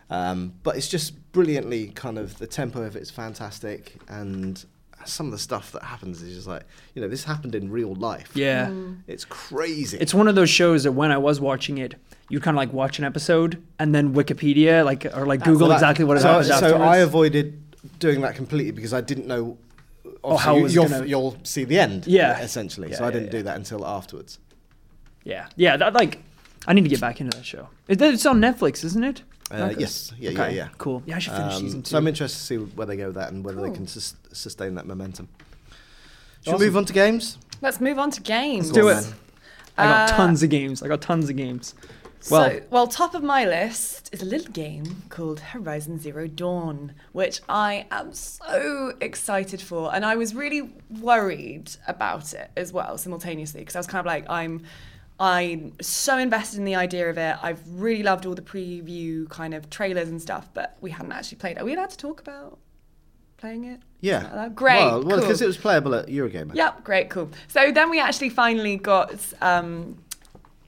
Um, but it's just brilliantly kind of the tempo of it's fantastic, and some of the stuff that happens is just like you know this happened in real life.
yeah.
It's crazy.
It's one of those shows that when I was watching it, you kind of like watch an episode and then Wikipedia, like or like Google
Well, that-
exactly what it
so,
happens
so
afterwards.
I avoided doing that completely because I didn't know. Oh,
how
how
it was
you'll,
gonna-
you'll see the end.
Yeah.
essentially.
Yeah,
so I
yeah,
didn't
yeah.
do that until afterwards.
Yeah, yeah. That like, I need to get back into that show. It, it's on Netflix, isn't it?
Uh,
Narcos?
yes. Yeah.
Okay,
Yeah. Yeah.
Cool. Yeah, I should finish season
Um,
two.
so I'm interested to see where they go with that and whether
Cool.
they can sus- sustain that momentum. Should
Awesome.
we move on to games?
Let's move on to games.
do it.
Well, then.
I got
Uh,
tons of games. I got tons of games.
Well,
Well,
so, well, top of my list is a little game called Horizon Zero Dawn, which I am so excited for, and I was really worried about it as well simultaneously because I was kind of like, I'm, I'm so invested in the idea of it. I've really loved all the preview kind of trailers and stuff, but we hadn't actually played. it. Are we allowed to talk about playing it? Is that
Yeah.
allowed? Uh, Great.
Well, well,
cool.
because it was playable at Eurogamer.
Yep, great, cool. So then we actually finally got um,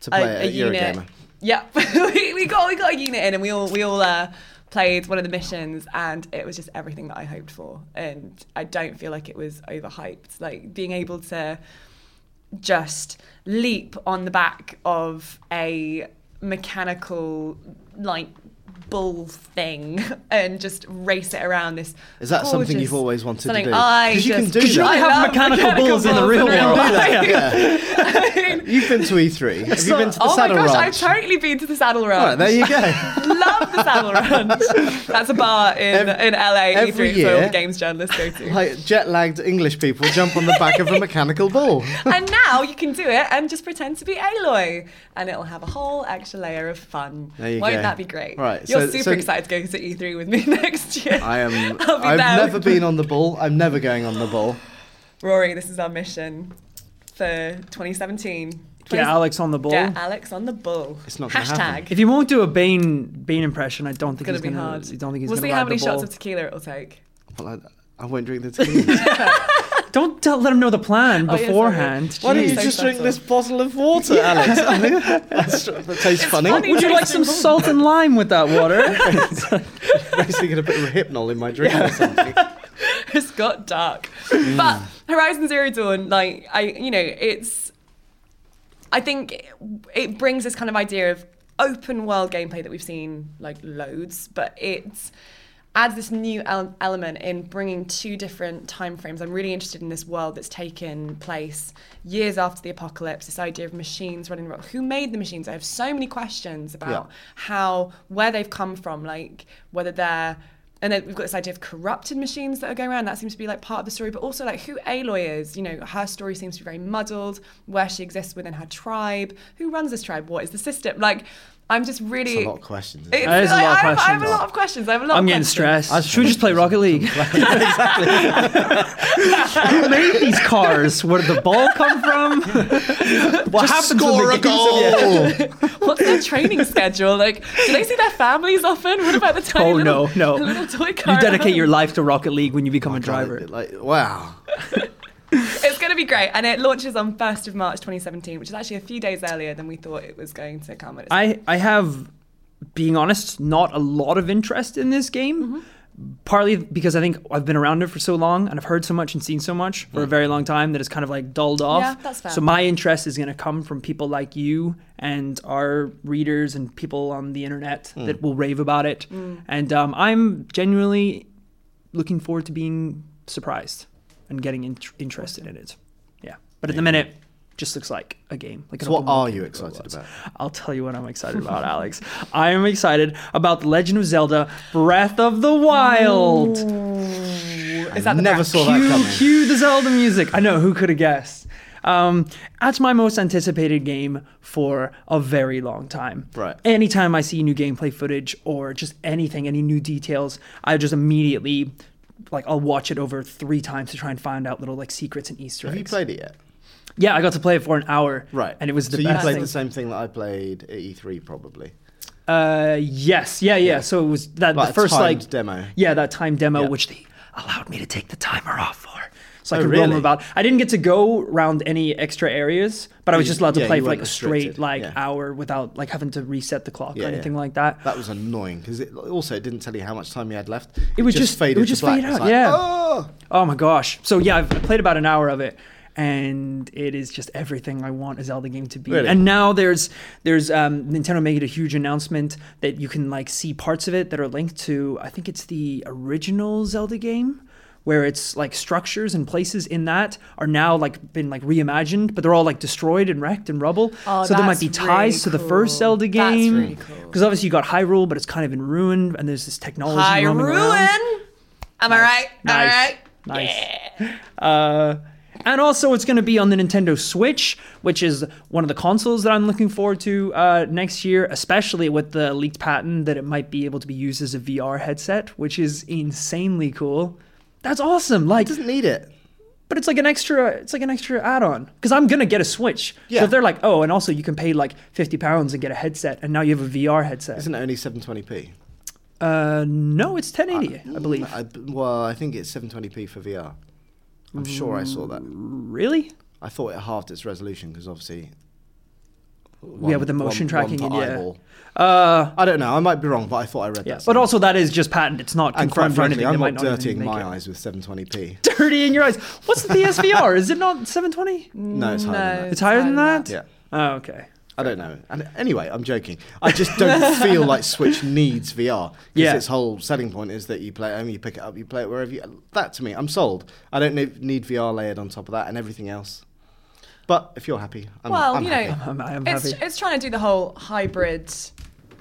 To
a,
play
a
at
unit.
Eurogamer.
Yep, we, we got we got a unit in, and we all we all uh, played one of the missions, and it was just everything that I hoped for. And I don't feel like it was overhyped. Like being able to just leap on the back of a mechanical like bull thing and just race it around this
Is that something
gorgeous-
you've always wanted to
something
do?
I
'Cause you can
just-
do 'Cause you that.
I
have
love
mechanical bulls in the real world.
Yeah.
Like,
You've been to E3. Have you been to the
oh
Saddle
my gosh,
Ranch?
I've totally been to the saddle ranch.
All right, there you go.
Love the Saddle Ranch. That's a bar in,
Ev-
in LA
every
E3 where all the
year-
games journalists go to.
like jet lagged English people jump on the back of a mechanical ball.
and now you can do it and just pretend to be Aloy, and it'll have a whole extra layer of fun.
There you
Won't
go.
that be great?
Right,
You're
so-
super
so-
excited to go to E3 with me next year.
I am.
I'll be
I've
there.
never been on the ball. I'm never going on the ball.
Rory, this is our mission. for 2017.
Get Alex on the ball.
Get Alex on the bull.
It's not gonna happen.
Hashtag.
If you won't do a Bane Bane impression, I don't think
Gonna
he's
be
gonna.
hard.
I don't think he's
we'll
gonna
see
ride
how many
the
shots
ball.
of tequila it'll take.
Well, I, I won't drink the tequila.
Don't tell, let him know the plan
Oh, yeah, sorry.
beforehand.
Why don't you
Jeez.
just
So
drink
subtle.
this bottle of water, Alex? I mean, that's- that tastes funny.
funny.
Would you like some salt and lime with that water?
Basically, gonna put Rohypnol in my drink or something.
it's got dark. But Horizon Zero Dawn, like I, you know, it's. I think it brings this kind of idea of open world gameplay that we've seen like loads, but it adds this new el- element in bringing two different time frames. I'm really interested in this world that's taken place years after the apocalypse. This idea of machines running around. Who made the machines? I have so many questions about
Yeah.
how where they've come from, like whether they're and then we've got this idea of corrupted machines that are going around. That seems to be like part of the story, but also like who Aloy is. You know, her story seems to be very muddled. Where she exists within her tribe, who runs this tribe? What is the system? Like, I'm just really
It's a lot of questions.
It's-
That is a
I-
lot of
I have- I have a
questions.
lot of questions. I have a lot.
I'm
of
getting
questions.
stressed. Uh, Should we just play Rocket League? exactly. Who made these cars? Where did the ball come from? what
Just
happens
score
when
a
the game's-
goal.
What's their training schedule? Like, do they see their families often? What about the time?
Oh, no, no.
Little toy car.
You dedicate your
around?
life to Rocket League when you become a driver.
Like, wow.
It's going to be great, and it launches on 1st of March 2017, which is actually a few days earlier than we thought it was going to come. It's
I I have, being honest, not a lot of interest in this game.
Mm-hmm.
Partly because I think I've been around it for so long and I've heard so much and seen so much for a very long time that it's kind of like dulled off.
Yeah, that's fair.
So my interest is going to come from people like you and our readers and people on the internet
Mm.
that will rave about it. And um, I'm genuinely looking forward to being surprised and getting in- interested in it. Yeah, but at the minute, just looks like a game. Like an
So what
open world
are
game
you
with
excited
robots.
about?
I'll tell you what I'm excited about, Alex. I am excited about The Legend of Zelda Breath of the Wild.
Is that the
Never
brand?
saw that
Cue,
coming.
cue the Zelda music. I know, who could have guessed? Um, that's my most anticipated game for a very long time.
Right.
Anytime I see new gameplay footage or just anything, any new details, I just immediately, like, I'll watch it over three times to try and find out little, like, secrets and Easter eggs.
Have you played it yet?
Yeah, I got to play it for an hour.
Right.
And it was the
so
best
you played
thing.
the same thing that I played at E3, probably.
Uh, yes, yeah, yeah. So it was that
Like
the
a
first
timed
like
demo.
Yeah, that time demo,
Yeah.
which they allowed me to take the timer off for, so I
Oh,
could roam
really?
about. I didn't get to go around any extra areas, but I was
You-
just allowed to
yeah,
play
you
for like
weren't
a straight
restricted,
like
yeah.
hour without like having to reset the clock
Yeah,
or
yeah.
anything like that.
That was annoying because it also it didn't tell you how much time you had left. It,
would just- it
faded
would
to
just
black.
fade
It's
out,
like,
yeah.
"Oh!"
Oh my gosh! So yeah, I've played about an hour of it, and it is just everything I want a Zelda game to be.
Really?
And now there's there's um, Nintendo made a huge announcement that you can like see parts of it that are linked to I think it's the original Zelda game. Where it's like structures and places in that are now like been like reimagined, but they're all like destroyed and wrecked and rubble.
Oh,
so there might be
that's
ties
really
to the first
cool.
Zelda
That's
game.
really cool.
Because obviously you got Hyrule, but it's kind of in ruin, and there's this technology
Hi,
roaming
Ruin.
around.
Am I right? Am I
Nice.
right?
Nice. Uh, and also, it's going to be on the Nintendo Switch, which is one of the consoles that I'm looking forward to uh, next year, especially with the leaked patent that it might be able to be used as a VR headset, which is insanely cool. That's awesome! Like,
It doesn't need it.
but it's like an extra, it's like an extra add-on because I'm gonna get a Switch.
Yeah.
So if they're like, oh, and also you can pay like fifty pounds and get a headset, and now you have a VR headset.
Isn't it only 720p?
uh, no, it's 1080, I believe.
Uh, mm, I, well, I think it's 720p for VR. I'm sure I saw that.
really?
I thought it halved its resolution because obviously.
yeah,
one-
with the motion
one-
tracking.
one
and
per
yeah.
eyeball.
Uh,
I don't know. I might be wrong, but I thought I read that.
Yeah, but
somewhere.
also that is just patent. It's not
and quite
confirmed for
frankly,
anything.
I'm
They might
not
not
dirtying
even make
my
it.
eyes with 720p.
Dirty in your eyes. What's the PSVR? is it not 720?
No, it's higher than that.
It's higher than that.
Yeah.
Oh, okay.
I don't know. And anyway, I'm joking. I just don't feel like Switch needs VR because
Yeah.
its whole selling point is that you play it home, you pick it up, you play it wherever you. That to me, I'm sold. I don't need, need VR layered on top of that and everything else. But if you're happy, I'm,
well,
I'm
you
happy.
know,
I'm- I'm
it's,
happy.
it's trying to do the whole hybrid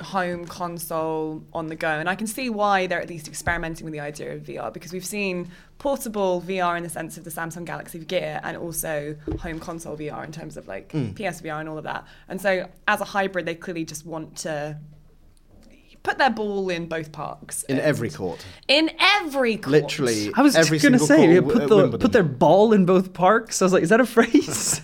home console on the go, and I can see why they're at least experimenting with the idea of VR because we've seen portable VR in the sense of the Samsung Galaxy Gear, and also home console VR in terms of like PSVR and all of that. And so, as a hybrid, they clearly just want to put their ball in both parks.
in
and-
every court,
in every court.
literally.
uh, I was
every
just gonna
single
say,
court
yeah,
w-
put
at
the,
Wimbledon.
put their ball in both parks. I was like, is that a phrase?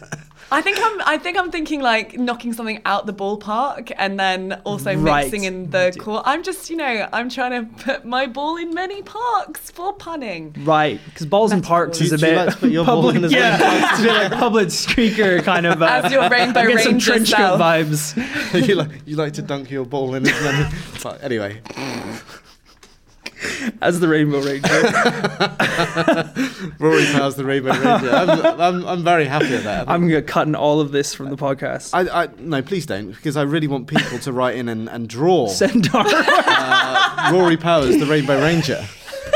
I think I'm. I think I'm thinking like knocking something out the ballpark, and then also
Right.
mixing in the court. I'm just, you know, I'm trying to put my ball in many parks for punning.
right, because balls in parks
Do
is
you-
a
do you
bit
like to put your ball
public,
in as many
yeah, it's a bit like public streaker kind of. Uh,
As your Rainbow
I get some
Ranger
trench coat
self.
vibes.
you, like, you like to dunk your ball in as many. but anyway,
As the Rainbow Ranger,
Rory Powers, the Rainbow Ranger. I'm, I'm, I'm very happy at that.
I'm gonna cutting all of this from the podcast.
I, I, no, please don't, because I really want people to write in and, and draw
Send our
uh, Rory Powers, the Rainbow Ranger.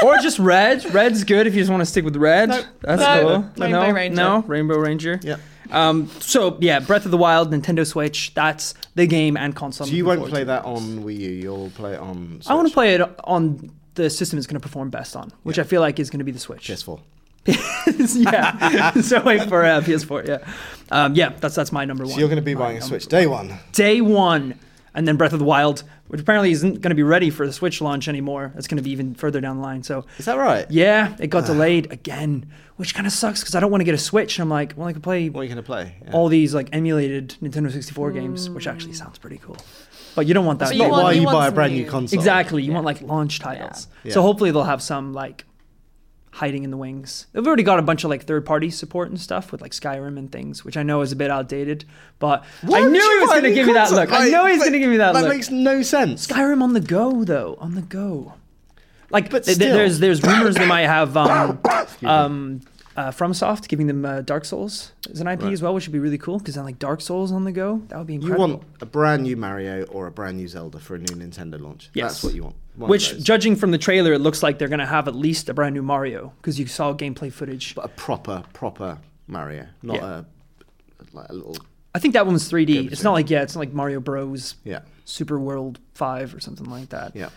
or just red. Red's good if you just want to stick with red.
Nope.
That's
No.
cool.
Rainbow
no,
Ranger.
no, Rainbow Ranger.
Yeah.
Um. So yeah, Breath of the Wild, Nintendo Switch. That's the game and console. I'm
So you
looking
won't
forward
play
to.
that on Wii U. You'll play it on. Switch.
I want to play it on the system it's going to perform best on, which I feel like is going to be the Switch.
PS4.
yeah. so wait for uh, PS4. Yeah. Um, yeah. That's that's my number one.
So you're going to be buying a Switch day one.
Day one, and then Breath of the Wild, which apparently isn't going to be ready for the Switch launch anymore. It's going to be even further down the line. So.
Is that right?
Yeah, it got delayed again, which kind of sucks because I don't want to get a Switch. And I'm like, well, I could play
What are you going to play? Yeah.
all these like emulated Nintendo 64 games, which actually sounds pretty cool. But you don't want that.
So
Not
you want-
why
you
you
want
buy a
some
brand new
new-
console.
Exactly. You want like launch titles.
Yeah.
So
Yeah.
hopefully they'll have some like hiding in the wings. They've already got a bunch of like third party support and stuff with like Skyrim and things, which I know is a bit outdated, but
Why
I
would
knew
you
he was
buy a
going to
new
give me that
console?
look. I
Like,
know he's
but
going to give me that,
That
look.
makes no sense.
Skyrim on the go though, on the go. Like
But
but th- th-
still.
there's there's rumors they might have um um uh, FromSoft giving them uh, Dark Souls as an IP as well, which would be really cool because then like Dark Souls on the go, that would be
You
incredible.
want a brand new Mario or a brand new Zelda for a new Nintendo launch.
Yes.
That's what you want. One of
Which,
those.
judging from the trailer, it looks like they're going to have at least a brand new Mario because you saw gameplay footage.
but a proper, proper Mario, not
Yeah.
a like a little.
I think that one was 3D. It's not like yeah, it's not like Mario Bros.
Yeah.
Super World Five or something like that.
Yeah.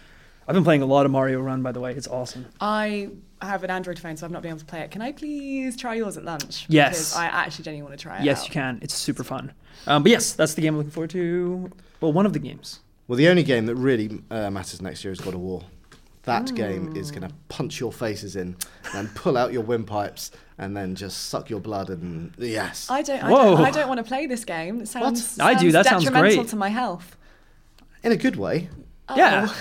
I've been playing a lot of Mario Run, by the way. It's awesome.
I have an Android phone, so I've not been able to play it. Can I please try yours at lunch?
Yes.
Because I actually genuinely want to try it.
Yes,
out.
you can. It's super fun. Um, but yes, that's the game I'm looking forward to. Well, one of the games.
Well, the only game that really uh, matters next year is God of War. That game is going to punch your faces in and pull out your windpipes and then just suck your blood and yes.
I don't. I
Whoa.
don't, I don't want to play this game. It sounds,
I do, that sounds
detrimental
great.
to my health.
in a good way.
Yeah.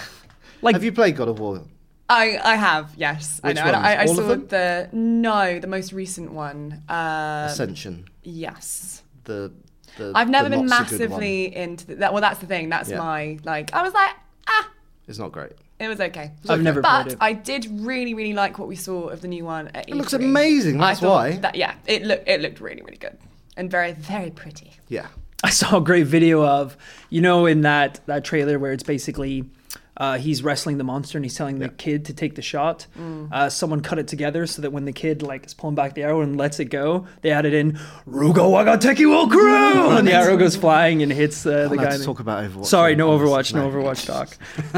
Like
Have you played God of War?
I, I have yes.
Which
I know. and
ones?
I, I
All of
saw
them?
the no the most recent one. Uh,
Ascension.
yes.
The, the
I've never
the
been
not so good one.
massively into th- that. Well, that's the thing. That's
Yeah.
my like. I was like, ah,
It's not great.
it was okay.
I've okay. never
but
played it.
I did really, really like what we saw of the new one. At
It looks
E3.
amazing,
I
that's
thought
why.
That, yeah, it looked it looked really, really good and very, very pretty.
Yeah.
I saw a great video of, you know, in that that trailer where it's basically uh, he's wrestling the monster and he's telling the kid to take the shot. Uh, someone cut it together so that when the kid like is pulling back the arrow and lets it go, they added in Rugo Wagateki will crew, and the arrow goes flying and hits uh, the
allowed
guy.
to
in the-
talk about Overwatch
Sorry,
on-
no
on this-
Overwatch, no
no.
Overwatch talk.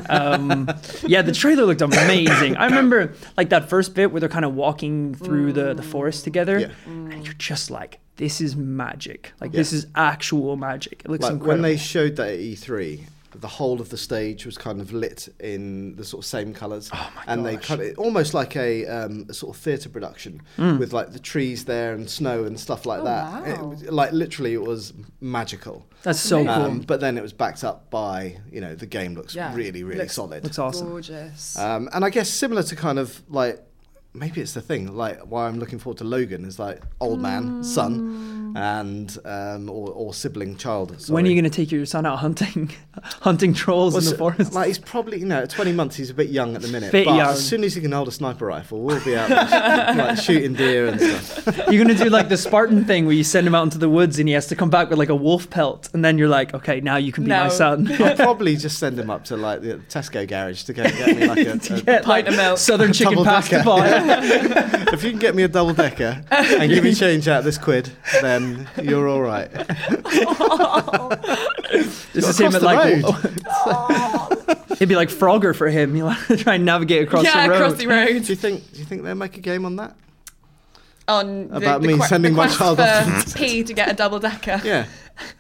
Um, yeah, the trailer looked amazing. I remember like that first bit where they're kind of walking through the the forest together,
Mm. Yeah.
and you're just like. This is magic. Like this is actual magic. It looks
Like
incredible.
when they showed that at E3, the whole of the stage was kind of lit in the sort of same colours. Oh my And they
gosh.
cut it almost like a, um, a sort of theatre production
Hmm.
with like the trees there and snow and stuff like that. It
wow.
was- like literally, it was magical.
That's so cool.
Um, but then it was backed up by you know the game looks
Yeah.
really really
Looks-
solid.
Looks awesome.
Gorgeous.
Um, and I guess similar to kind of like maybe it's the thing like why I'm looking forward to Logan is like old man son and um, or, or sibling child.
When are
sorry.
you going to take your son out hunting, hunting trolls in the
Well, so-
forest?
Like he's probably you know at 20 months he's a bit young at the minute.
Bit
but
young.
as soon as he can hold a sniper rifle, we'll be out there, like shooting deer and stuff.
You're going to do like the Spartan thing where you send him out into the woods and he has to come back with like a wolf pelt, and then you're like, okay, now you can be my
No.
son.
I'll probably just send him up to like the Tesco garage to go and get me like a, a-
Get,
Pint of milk.
Southern chicken
Double
pasta
decker.
pie.
if you can get me a double decker and give me change out this quid, then you're all right.
This is him
Across
at
the
like.
road.
It'd be like Frogger for him. You want to try and navigate across
yeah,
the road.
across the road.
Do you think? Do you think they'll make a game on that?
on the-
About
the
me
que-
sending
the
my
quest
child off.
for P to get a double decker.
Yeah,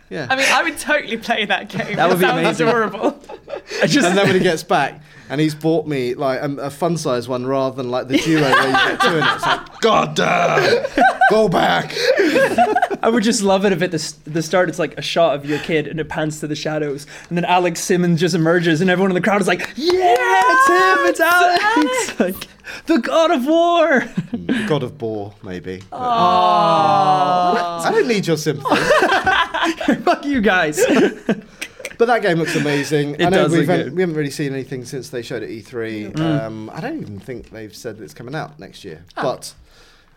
yeah.
I mean, I would totally play that game.
That would
It
be
sounds
amazing.
adorable.
I just
and then when he gets back, and he's bought me like um, a, a fun size one rather than like the duo where you get two in it. It's like, God damn, go back.
I would just love it if at the, s- the start it's like a shot of your kid and it pans to the shadows, and then Alex Simmons just emerges, and everyone in the crowd is like, "Yeah, it's him! It's Alex! like the God of War!"
God of Bore, maybe. But,
Oh.
I don't need your sympathy.
Fuck you guys!
But that game looks amazing. I know
It does
we've
look
had-
good. Mm.
we haven't really seen anything since they showed at E3. Um, I don't even think they've said that it's coming out next year.
Ah.
But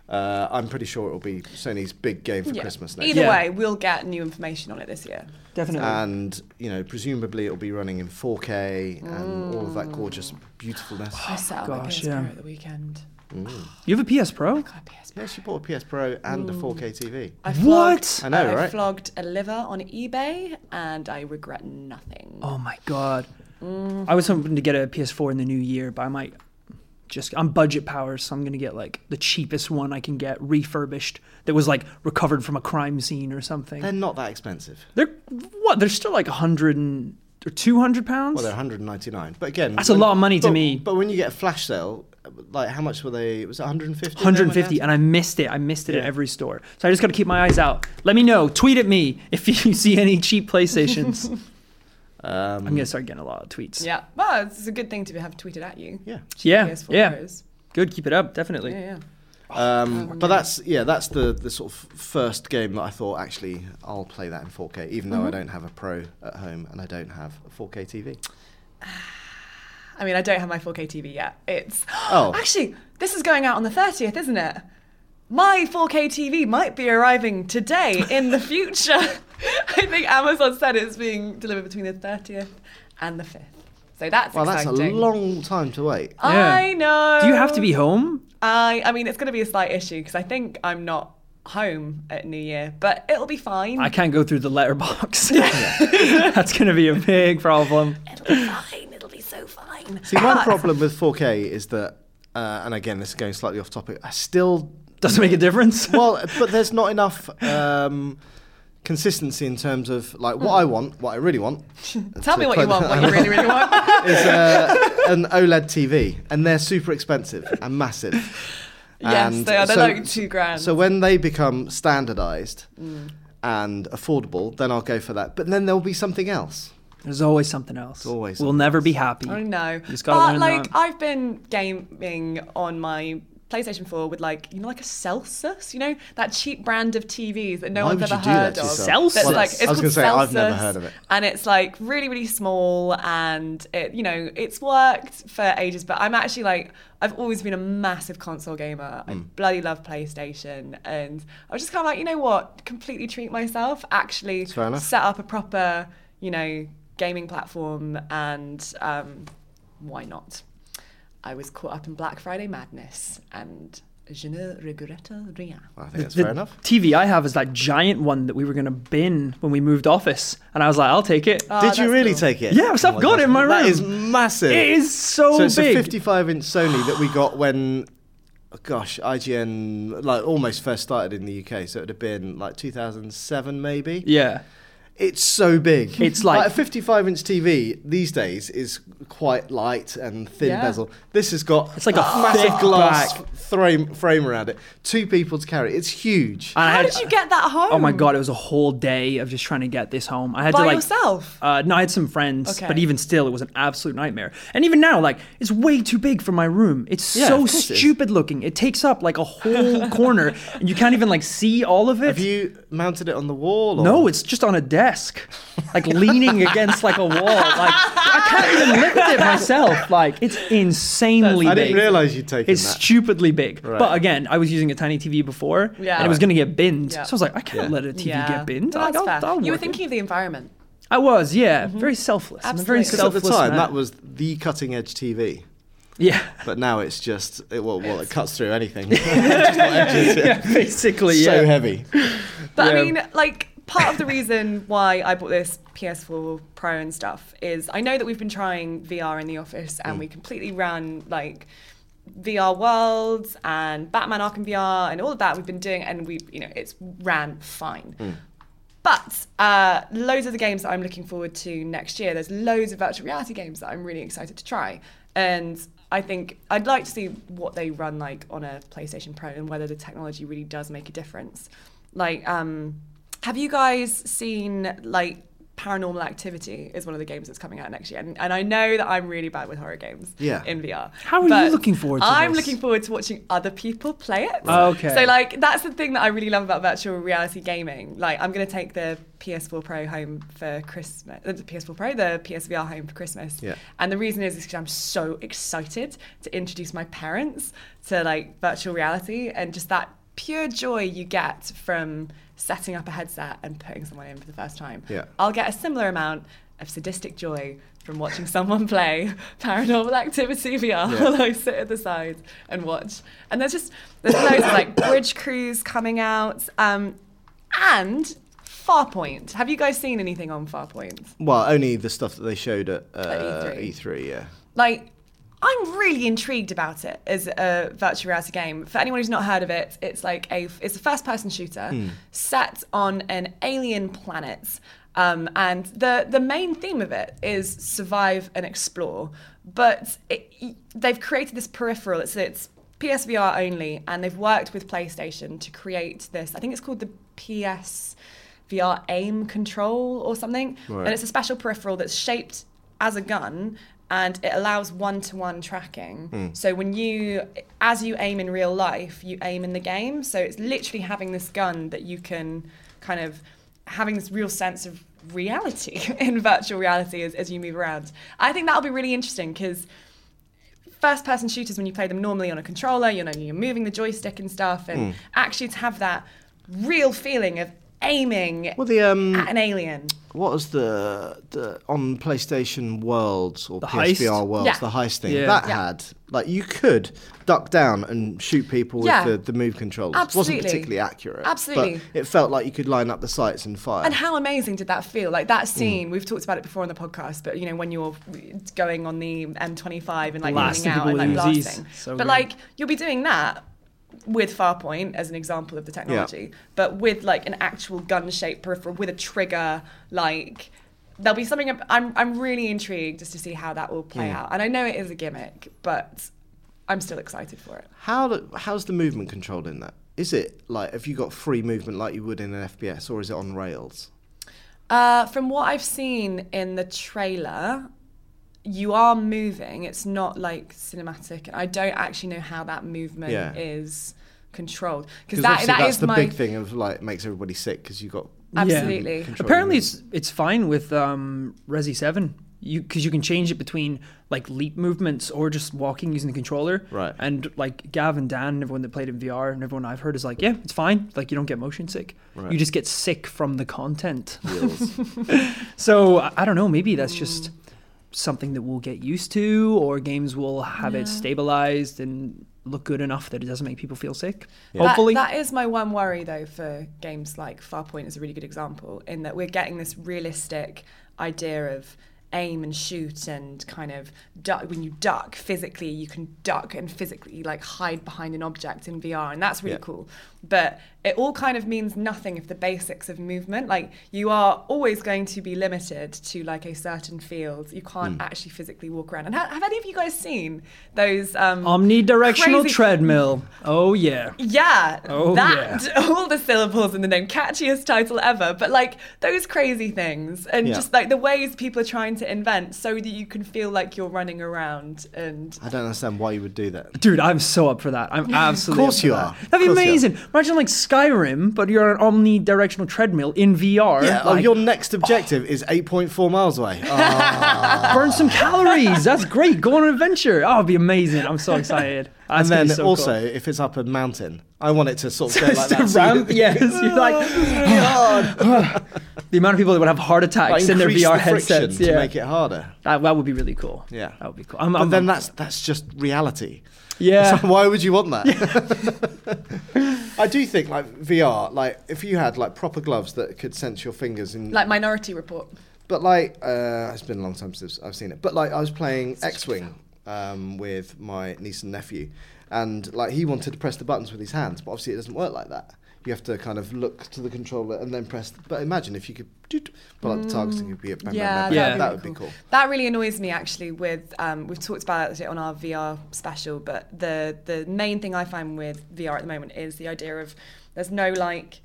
uh, I'm pretty sure it'll be Sony's big game for
Yeah.
Christmas next
Either
year.
Yeah.
way, we'll get new information on it this year.
Definitely.
And you know, presumably it'll be running in 4K and all of
Mm.
that gorgeous beautifulness.
I set up
Oh gosh,
my PS
yeah.
Pro at the weekend.
you have a PS Pro?
God, PS Pro.
Yeah, she bought a PS Pro and
Mm.
a 4K TV.
I
What?
flogged-
I know, right?
flogged a liver on eBay, and I regret nothing.
Oh my god! I was hoping to get a PS4 in the new year, but I might just I'm budget power, so I'm gonna get like the cheapest one I can get refurbished that was like recovered from a crime scene or something.
They're not that expensive.
They're what? They're still like hundred and or two hundred pounds.
Well, they're 199. But again,
That's a lot of money to
but-
me.
But when you get a flash sale, like how much were they? Was it 150?
150 and I missed it. I missed it at every store. So I just got to keep my eyes out. Let me know. Tweet at me if you see any cheap PlayStations. I'm
Um,
going to start getting a lot of tweets.
Yeah, well, it's a good thing to have tweeted at you.
yeah.
Yeah,
PS4
yeah.
Pros.
Good. Keep it up. Definitely.
yeah, yeah.
Um, but that's yeah, that's the the sort of first game that I thought actually I'll play that in 4K, even though I don't have a Pro at home and I don't have a 4K TV.
I mean, I don't have my 4K TV yet. It's
Oh.
actually this is going out on the 30th, isn't it? My 4K TV might be arriving today in the future. I think Amazon said it's being delivered between the 30th and the 5th. So that's
Well, that's
exciting.
a long time to wait.
I
Yeah.
know.
Do you have to be home?
I I mean, it's going to be a slight issue because I think I'm not home at New Year, but it'll be fine.
I can't go through the letterbox. That's going to be a big problem.
It'll be fine. It'll be so fine.
See, my problem with 4K is that, uh, and again, this is going slightly off topic. I still
Doesn't make a difference.
well, but there's not enough. Um, Consistency in terms of like what I want, what I really want.
Tell
to
me what you
quote-
want. What you really, really want.
is uh, an OLED TV, and they're super expensive and massive.
Yes,
And
they are. They're like two grand. Mm.
So when they become standardized and affordable, then I'll go for that. But then there'll be something else.
There's always something else.
always
We'll
something
never be happy.
I know.
just gotta
but
learn
like
that.
I've been gaming on my PlayStation 4 with like you know like a Celsius, you know that cheap brand of TVs that no
Why
one's
would
ever
you do that
heard
to
of.
yourself?
Celsius?
That's, like,
I
it's
was
called
gonna say, I've
Celsius,
never heard of it.
And it's like really really small, and it you know it's worked for ages. But I'm actually like I've always been a massive console gamer.
Hmm.
I bloody love PlayStation, and I was just kind of like you know what, completely treat myself. Actually,
fair enough.
set up a proper, you know, gaming platform, and um, why not? I was caught up in Black Friday madness, and je ne regrette rien.
I think that's
the
fair enough.
TV I have is that giant one that we were going to bin when we moved office. And I was like, I'll take it.
Oh,
Did you
that's
really
cool.
take it? Oh
Yeah, I've still
my
got it in my
That
room.
is Ah, massive.
it is so,
so it's
big.
a 55 inch Sony that we got when, oh gosh, IGN like almost first started in the UK. So it would have been like 2007 maybe.
yeah.
It's so big.
It's like-
a 55 inch TV these days is quite light and thin
Yeah.
bezel. This has got
It's like a
massive
thick
glass
back.
frame frame around it. Two people to carry. it. It's huge.
And I
How
had-
did you get that home?
Oh my god, it was a whole day of just trying to get this home. I had
By
to like
yourself?
Uh, no, I had some friends,
Okay.
but even still, it was an absolute nightmare. And even now, like it's way too big for my room. It's
Yeah, of
so
course it is.
stupid looking. It takes up like a whole corner, and you can't even like see all of it.
Have you mounted it on the wall? Or?
no, it's just on a desk, like leaning against like a wall. Like I can't even lift it myself. Like it's insanely
I
big.
didn't realize you'd taken
It's
that.
stupidly big.
Right.
But again, I was using a tiny TV before,
Yeah.
and it was going to get binned.
Yeah.
So I was like, I can't
Yeah.
let a TV
Yeah.
get binned.
No,
Like,
that's
I'll-
fair.
I'll
you were
work it.
thinking of the environment.
I was, yeah, very selfless. I'm a very
Absolutely.
because
selfless
at the time
man.
that was the cutting edge TV.
yeah,
But now it's just it, well, well, it cuts through anything. It's just got edges.
yeah, basically,
It's
yeah.
So heavy.
But
Yeah.
I mean, like, part of the reason why I bought this PS4 Pro and stuff is I know that we've been trying VR in the office
Mm.
and we completely ran, like, VR Worlds
Mm.
and Batman Arkham VR and all of that we've been doing, and we, you know, it's ran fine. But uh, loads of the games that I'm looking forward to next year, there's loads of virtual reality games that I'm really excited to try. And I think I'd like to see what they run like on a PlayStation Pro and whether the technology really does make a difference. Like, um, have you guys seen like Paranormal Activity is one of the games that's coming out next year, and, and I know that I'm really bad with horror games
Yeah.
in VR.
How are you
but
looking forward to
I'm
this? Ah,
looking forward to watching other people play it.
Okay.
So like that's the thing that I really love about virtual reality gaming. Like I'm gonna take the PS4 Pro home for Christmas. uh, The PS4 Pro, the PSVR home for Christmas.
Yeah.
And the reason is because I'm so excited to introduce my parents to like virtual reality and just that pure joy you get from setting up a headset and putting someone in for the first time.
Yeah.
I'll get a similar amount of sadistic joy from watching someone play Paranormal Activity VR while I sit at the side and watch. And there's just there's loads of like Bridge Crews coming out um, and Farpoint. Have you guys seen anything on Farpoint?
Well, only the stuff that they showed at, uh,
E
At E3.
E3. yeah.
like I'm really intrigued about it as a virtual reality game. For anyone who's not heard of it, it's like a it's a first-person shooter set on an alien planet, um, and the the main theme of it is survive and explore. But it, they've created this peripheral. It's it's PSVR only, and they've worked with PlayStation to create this. I think it's called the PS. VR aim control or something,
Right.
and it's a special peripheral that's shaped as a gun and it allows one-to-one tracking so when you as you aim in real life you aim in the game so it's literally having this gun that you can kind of having this real sense of reality in virtual reality as, as you move around i think that'll be really interesting because first person shooters when you play them normally on a controller you know you're moving the joystick and stuff and actually to have that real feeling of aiming
Well, the um,
at an alien
what was the, the on PlayStation Worlds or
heist?
PSVR Worlds,
Yeah.
the heist thing
Yeah.
that
Yeah.
had like you could duck down and shoot people
Yeah.
with the, the move controllers.
Absolutely.
wasn't particularly accurate.
Absolutely.
but it felt like you could line up the sights and fire.
And how amazing did that feel? Like
Mm.
that scene, we've talked about it before on the podcast, but you know, when you're going on the M25 and like running
Blasting
out
people
and like
with Uzis.
blasting.
So
but
good.
like, you'll be doing that with Farpoint as an example of the technology, but with like an actual gun shaped peripheral with a trigger, like. There'll be something I'm I'm really intrigued just to see how that will
Mm.
play out. And I know it is a gimmick, but I'm still excited for it.
How do, how's the movement controlled in that? Is it like have you got free movement like you would in an FPS, or is it on rails?
Uh, from what I've seen in the trailer, you are moving. It's not like cinematic, and I don't actually know how that movement
Yeah.
is controlled because
Because
that
obviously
that
that's
is
the
my
big thing of like makes everybody sick because you got
absolutely.
control
Apparently,
movement.
it's it's fine with um, Resi Seven. You because you can change it between like leap movements or just walking using the controller.
Right.
And like Gav and Dan and everyone that played in VR and everyone I've heard is like, yeah, it's fine. Like you don't get motion sick. You just get sick from the content. so I, I don't know. Maybe that's just something that we'll get used to, or games will have it stabilized and look good enough that it doesn't make people feel sick.
That-
Hopefully.
that is my one worry though for games like Farpoint is a really good example in that we're getting this realistic idea of aim and shoot and kind of duck when you duck physically you can duck and physically like hide behind an object in VR and that's really
Yeah.
cool but it all kind of means nothing if the basics of movement like you are always going to be limited to like a certain field you
Hmm.
can't actually physically walk around and ha- have any of you guys seen those um
Omnidirectional
crazy-
treadmill. Oh yeah.
yeah,
Oh,
that all the syllables in the name, catchiest title ever. But like those crazy things, and
Yeah.
just like the ways people are trying to invent so that you can feel like you're running around. And
I don't understand why you would do that.
Dude, I'm so up for that. I'm absolutely.
course
up for
you
that.
are. Of
That'd be
course you are.
amazing. Imagine like Skyrim, but you're on an omnidirectional treadmill in VR.
Yeah, oh,
like,
your next objective is 8.4 miles away. Oh,
burn some calories. That's great. Go on an adventure. Oh, it'd be amazing. I'm so excited.
and
That's gonna be
then
so
also,
cool.
if it's up a mountain, I want it to sort of go like
Just a
that. so you-
ramp. Yes, you're like the amount of people that would have heart
like,
attacks in their
increase
VR
the friction
headsets.
to
Yeah,
make it harder.
that, that would be really cool.
Yeah.
that would be cool. I'm,
But
I'm,
then that's that's just reality.
yeah.
So why would you want that? I do think like VR, like if you had like proper gloves that could sense your fingers and
like Minority Report.
But like, uh, it's been a long time since I've seen it. But like, I was playing X Wing um, with my niece and nephew, and like he wanted to press the buttons with his hands, but obviously it doesn't work like that. you have to kind of look to the controller and then press. But imagine if you could, doot, but like the targeting could be a bang,
Yeah,
bang, bang,
that'd
bang.
be
that would
really
be cool.
That really annoys me actually. With um, we've talked about it on our VR special, but the the main thing I find with VR at the moment is the idea of there's no like.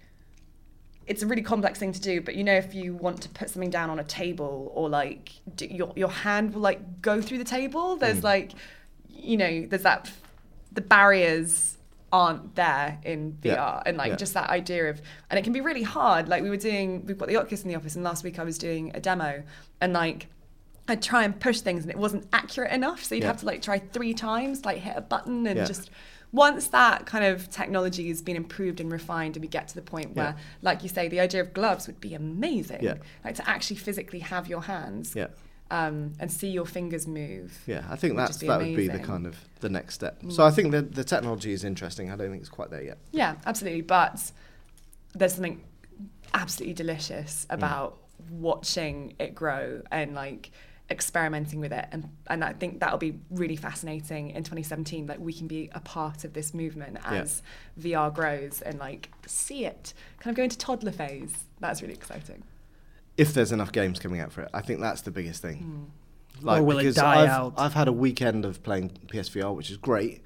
It's a really complex thing to do, but you know, if you want to put something down on a table or like do, your your hand will like go through the table.
Mm.
There's like, you know, there's that the barriers aren't there in VR
Yeah.
and like
Yeah.
just that idea of and it can be really hard like we were doing we've got the oculus in the office and last week i was doing a demo and like i'd try and push things and it wasn't accurate enough so you'd
Yeah.
have to like try three times like hit a button and
Yeah.
just once that kind of technology has been improved and refined and we get to the point where
Yeah.
like you say the idea of gloves would be amazing
Yeah.
like to actually physically have your hands
Yeah,
um, and see your fingers move
yeah. I think that's
just be
that would be the
amazing.
kind of the next step. So I think the the technology is interesting. I don't think it's quite there yet.
Yeah, absolutely. But there's something absolutely delicious
Mm.
about watching it grow and like experimenting with it and and I think that'll be really fascinating in 2017 like we can be a part of this movement as VR grows and like see it kind of go into toddler phase that's really exciting
if there's enough games coming out for it. I think that's the biggest thing.
Hmm. Or will it
because
die
I've,
out?
I've had a weekend of playing PSVR, which is great,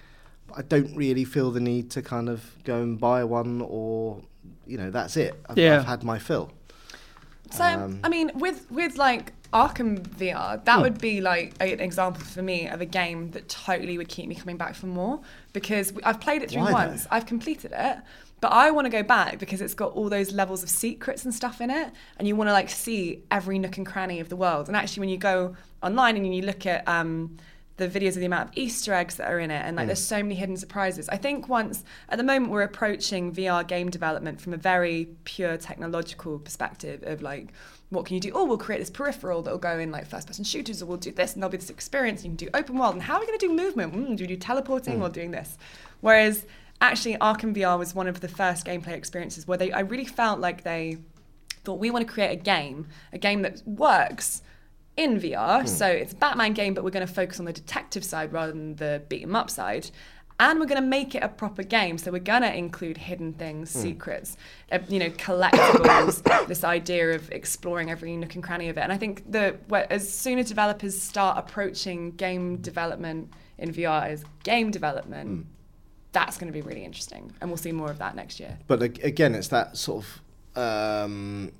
but I don't really feel the need to kind of go and buy one or, you know, that's it. I've,
Yeah.
I've had my fill.
So
Um,
I mean, with with like Arkham VR,
Hmm.
that would be like a- an example for me of a game that totally would keep me coming back for more because w- I've played it through
Why though?
once, I've completed it, but I want to go back because it's got all those levels of secrets and stuff in it, and you want to like see every nook and cranny of the world. And actually, when you go online and you look at um, the videos of the amount of Easter eggs that are in it, and like there's so many hidden surprises. I think once at the moment we're approaching VR game development from a very pure technological perspective of like, what can you do? Oh, we'll create this peripheral that'll go in like first-person shooters, or we'll do this, and there'll be this experience. You can do open world, and how are we going to do movement? Mm, do we do teleporting or doing this? Whereas actually, Arkham VR was one of the first gameplay experiences where they I really felt like they thought we want to create a game, a game that works in VR. So it's a Batman game, but we're going to focus on the detective side rather than the beat 'em up side. And we're going to make it a proper game. So we're going to include hidden things, secrets, uh, you know, collectibles, this idea of exploring every nook and cranny of it. And I think that where- as soon as developers start approaching game development in VR as game development, that's going to be really interesting. And we'll see more of that next year.
But ag- again, it's that sort of. Um,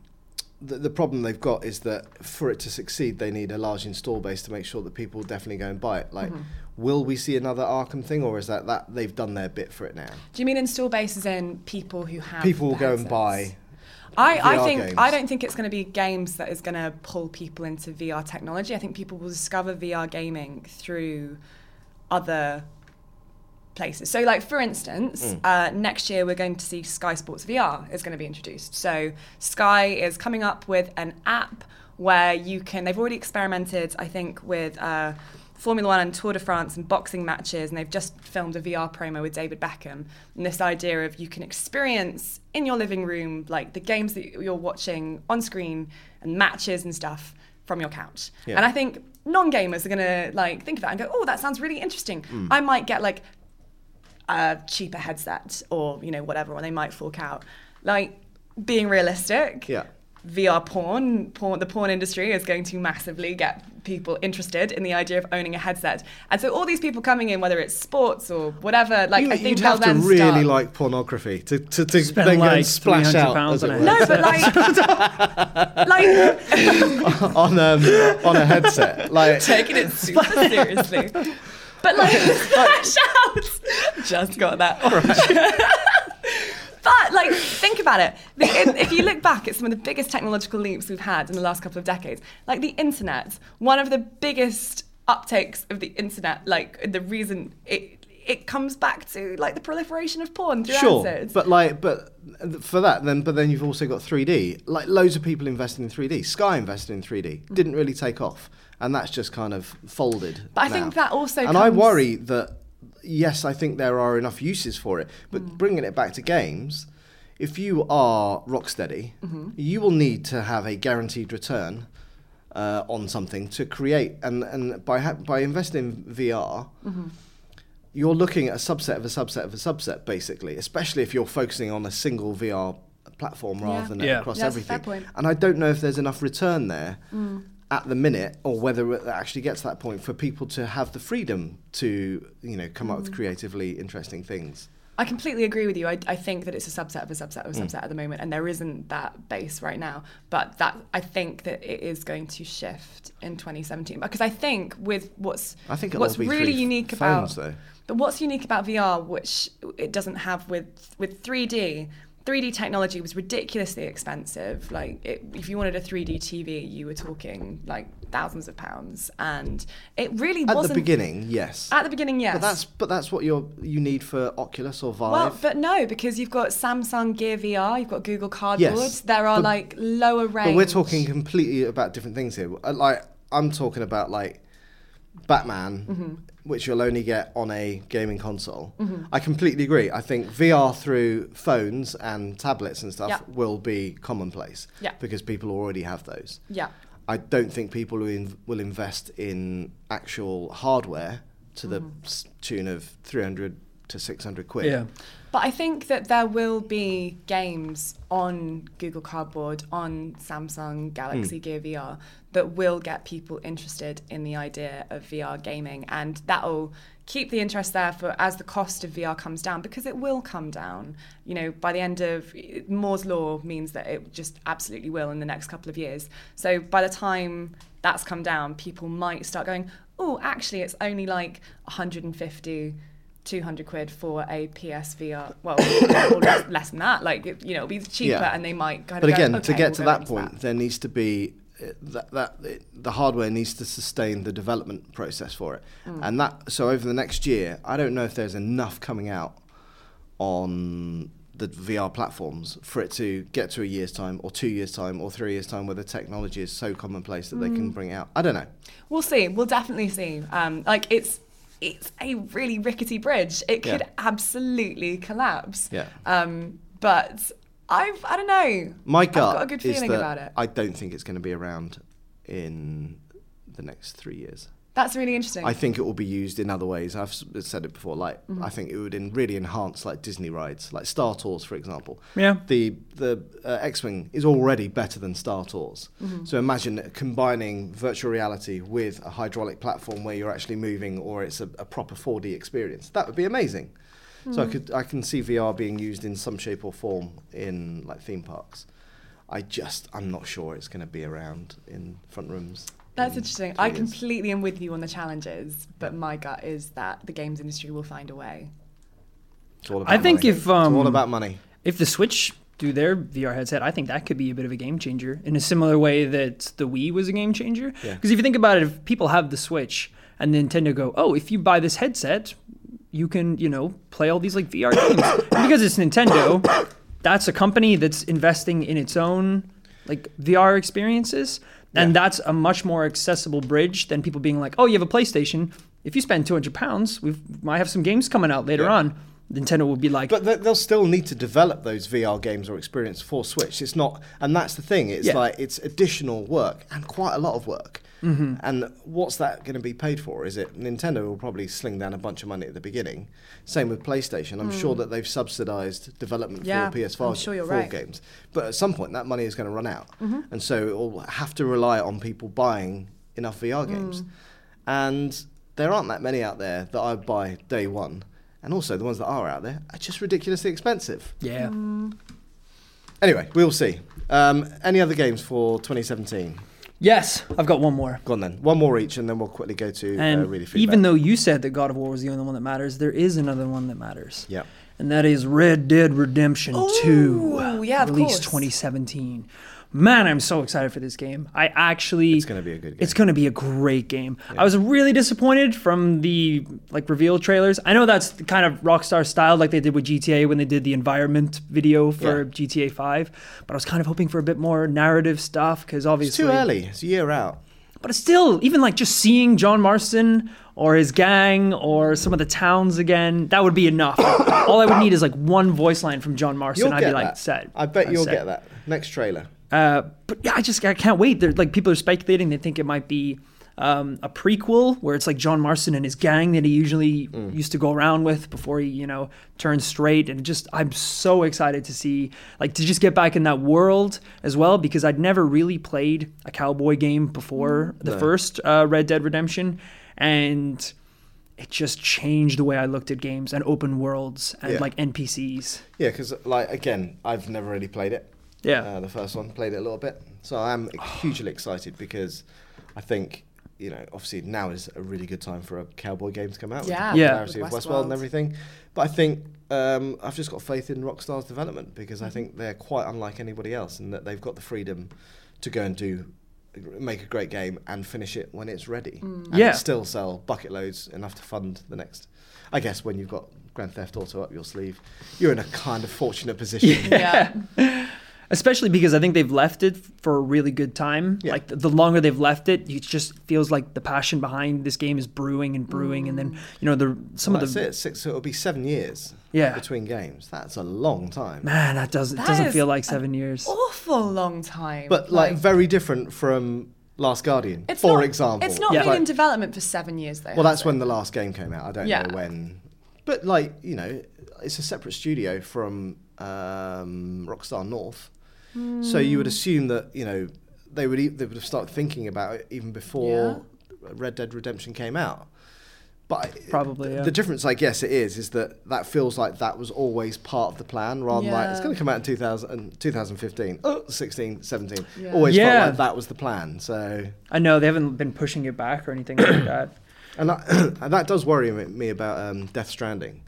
the, the problem they've got is that for it to succeed, they need a large install base to make sure that people definitely go and buy it. Like,
Mm-hmm.
will we see another Arkham thing, or is that that they've done their bit for it now?
Do you mean install bases in people who have
People will
the
go and buy
headsets? I, I
VR
think
games.
I don't think it's going to be games that is going to pull people into VR technology. I think people will discover VR gaming through other places. So, like for instance, uh, next year we're going to see Sky Sports VR is going to be introduced. So Sky is coming up with an app where you can. They've already experimented, I think, with. Uh, Formula One and Tour de France and boxing matches, and they've just filmed a VR promo with David Beckham. And this idea of you can experience in your living room, like the games that you're watching on screen and matches and stuff from your couch.
Yeah.
And I think non-gamers are gonna like think of that and go, "Oh, that sounds really interesting." I might get like a cheaper headset or you know whatever, or they might fork out. Like being realistic,
Yeah.
VR porn, porn, the porn industry is going to massively get people interested in the idea of owning a headset, and so all these people coming in, whether it's sports or whatever, like I
you,
think
would
they'll
have to
then
really
start-
like pornography to, to, to
Spend
then go
like
and splash
300
out
pounds
as it
on a
were,
no, but like, like
on um, on a headset. Like
taking it super seriously. But like, smash out. Just got that. but like, think about it. The, in- if you look back at some of the biggest technological leaps we've had in the last couple of decades, like the internet, one of the biggest uptakes of the internet, like the reason it. It comes back to like the proliferation of porn throughout
sure,
it.
but like but for that then but then you've also got 3D. Like loads of people invested in 3D. Sky invested in 3D. Didn't really take off, and that's just kind of folded.
But I
now.
think that also
and I
comes-
worry that yes, I think there are enough uses for it, but
Mm.
bringing it back to games. If you are Rocksteady,
Mm-hmm.
you will need to have a guaranteed return uh, on something to create, and and by ha- by investing in VR, you're looking at a subset of a subset of a subset, basically, especially if you're focusing on a single VR platform rather
Yeah.
than
Yeah.
across
Yeah, that's a
everything.
fair point. Mm.
And I don't know if there's enough return there at the minute, or whether it actually gets to that point for people to have the freedom to, you know, come up
Mm.
with creatively interesting things.
I completely agree with you. I, I think that it's a subset of a subset
Mm.
of a subset at the moment, and there isn't that base right now. But that I think that it is going to shift in 2017 because I think with what's
I think it'll
what's
all be
really
through
unique
phones,
about
though.
but what's unique about VR, which it doesn't have with with 3D, 3D technology was ridiculously expensive. Like, it, if you wanted a 3D TV, you were talking like thousands of pounds, and it really
At
wasn't
the beginning, yes.
At the beginning, yes.
But that's but that's what you're you need for Oculus or Vive.
Well, but no, because you've got Samsung Gear VR, you've got Google Cardboard.
Yes,
There are
but-
like lower range.
But we're talking completely about different things here. Uh, Like I'm talking about like Batman,
Mm-hmm.
which you'll only get on a gaming console. I completely agree. I think VR through phones and tablets and stuff
Yeah.
will be commonplace
Yeah.
because people already have those.
Yeah.
I don't think people will, in, will invest in actual hardware to the
Mm-hmm.
s- tune of 300 to 600 quid.
Yeah.
But I think that there will be games on Google Cardboard, on Samsung Galaxy Gear VR that will get people interested in the idea of VR gaming, and that'll keep the interest there for as the cost of VR comes down because it will come down. You know, by the end of Moore's law means that it just absolutely will in the next couple of years. So by the time that's come down, people might start going, "Oh, actually, it's only like 150." 200 quid for a PSVR. Well, or less, less than that. Like, it, you know, it'll be cheaper
Yeah.
and they might kind
But
of go,
again, to
"Okay,
get
we'll
to
go
that
into
point, there needs to be uh, that, that it, the hardware needs to sustain the development process for it,
Mm.
and that so over the next year, I don't know if there's enough coming out on the VR platforms for it to get to a year's time, or two years time, or three years time, where the technology is so commonplace that they can
Mm.
bring it out. I don't know.
We'll see. We'll definitely see. Um, like, it's it's a really rickety bridge. It could
Yeah.
absolutely collapse.
Yeah.
Um, but I've, I don't know.
My
I've
gut
got a good
is
feeling
that
about it.
I don't think it's going to be around in the next three years.
That's really interesting.
I think it will be used in other ways. I've s- said it before. Like
Mm-hmm.
I think it would in, really enhance like Disney rides, like Star Tours, for example.
Yeah.
The the uh, X Wing is already better than Star Tours.
Mm-hmm.
So imagine combining virtual reality with a hydraulic platform where you're actually moving, or it's a, a proper 4D experience. That would be amazing. So I
Mm-hmm.
could I can see VR being used in some shape or form in like theme parks. I just I'm not sure it's going to be around in front rooms. Mm.
That's
in
interesting.
three
I
years.
completely am with you on the challenges, but my gut is that the games industry will find a way.
It's all
I think
money.
if,
It's all
um,
about money.
If the Switch do their VR headset, I think that could be a bit of a game changer in a similar way that the Wii was a game changer. Because
Yeah.
if you think about it, if people have the Switch and Nintendo go, oh, if you buy this headset, you can, you know, play all these like VR games. and because it's Nintendo, that's a company that's investing in its own like VR experiences. And that's a much more accessible bridge than people being like, oh, you have a PlayStation. If you spend 200 pounds, we might have some games coming out later
Yeah.
on. Nintendo will be like,
But th- they'll still need to develop those VR games or experience for Switch. It's not, and that's the thing. It's
Yeah.
like it's additional work and quite a lot of work.
Mm-hmm.
And what's that going to be paid for? Is it Nintendo will probably sling down a bunch of money at the beginning? Same with PlayStation.
Hmm.
I'm sure that they've subsidised development
Yeah,
for PS5
I'm sure you're
four
right. Mm-hmm.
games, but at some point that money is going to run out, and so it will have to rely on people buying enough
Mm.
VR games. And there aren't that many out there that I buy day one. And also, the ones that are out there are just ridiculously expensive.
yeah.
Anyway, we'll see. Um, any other games for 2017?
Yes, I've got one more.
Go on then. One more each, and then we'll quickly go to uh,
And
really feedback.
even though you said that God of War was the only one that matters, there is another one that matters.
Yep.
And that is Red Dead Redemption
Oh,
2.
Ooh, yeah, of
Released
course.
2017. Man, I'm so excited for this game. I actually
It's gonna be a good game.
It's going to be a great game. I was really disappointed from the like reveal trailers. I know that's the kind of Rockstar style like they did with GTA when they did the environment video for
Yeah.
GTA 5, but I was kind of hoping for a bit more narrative stuff cuz obviously
it's too early. It's a year out.
but it's still, even like just seeing John Marston or his gang or some of the towns again, that would be enough. All I would need is like one voice line from John Marston.
You'll
I'd
get
be like,
that.
set.
I bet
I'm
you'll
set.
get that next trailer.
Uh, but yeah, I just I can't wait. They're, like people are speculating, they think it might be um, a prequel where it's like John Marston and his gang that he usually used to go around with before he, you know, turns straight. And just, I'm so excited to see, like, to just get back in that world as well because I'd never really played a cowboy game before the first uh, Red Dead Redemption. And it just changed the way I looked at games and open worlds and
Yeah.
like NPCs.
Yeah, because like again, I've never really played it.
Yeah.
uh, the first one played it a little bit, so I am hugely excited because I think you know obviously now is a really good time for a cowboy game to come out.
Yeah,
with the
Yeah.
popularity
with
of Westworld and
Westworld.
everything. But I think um, I've just got faith in Rockstar's development because I
Mm-hmm.
think they're quite unlike anybody else in that they've got the freedom to go and do make a great game and finish it when it's ready
Mm.
and
Yeah.
still sell bucket loads enough to fund the next i guess when you've got grand theft auto up your sleeve you're in a kind of fortunate position
Yeah.
Especially because I think they've left it for a really good time.
Yeah.
Like the, the longer they've left it, it just feels like the passion behind this game is brewing and brewing, and then you know the some
Mm. That's
of the
it. Six. So it'll be seven years.
Yeah.
Between games, that's a long time.
man that doesn't
That
doesn't
is
feel like seven years.
Awful long time.
But like very different from Last Guardian,
it's
for
not,
example.
It's not
Yeah.
been
Like-
in development for seven years though.
well,
has
that's
it?
when the last game came out. I don't
Yeah.
know when. But like you know, it's a separate studio from um, Rockstar North, so you
Hmm.
would assume that you know they would e- they would have started thinking about it even before Red Dead Redemption came out. But I-
Probably,
the,
yeah.
the difference, I guess, it is is that that feels like that was always part of the plan, rather than like it's
Yeah.
going to come out in 2000, and 2015, oh, 16, 17.
Yeah.
Always
Yeah.
felt like that was the plan. So
I know they haven't been pushing it back or anything like that.
and that, and that does worry me- me about um, Death Stranding,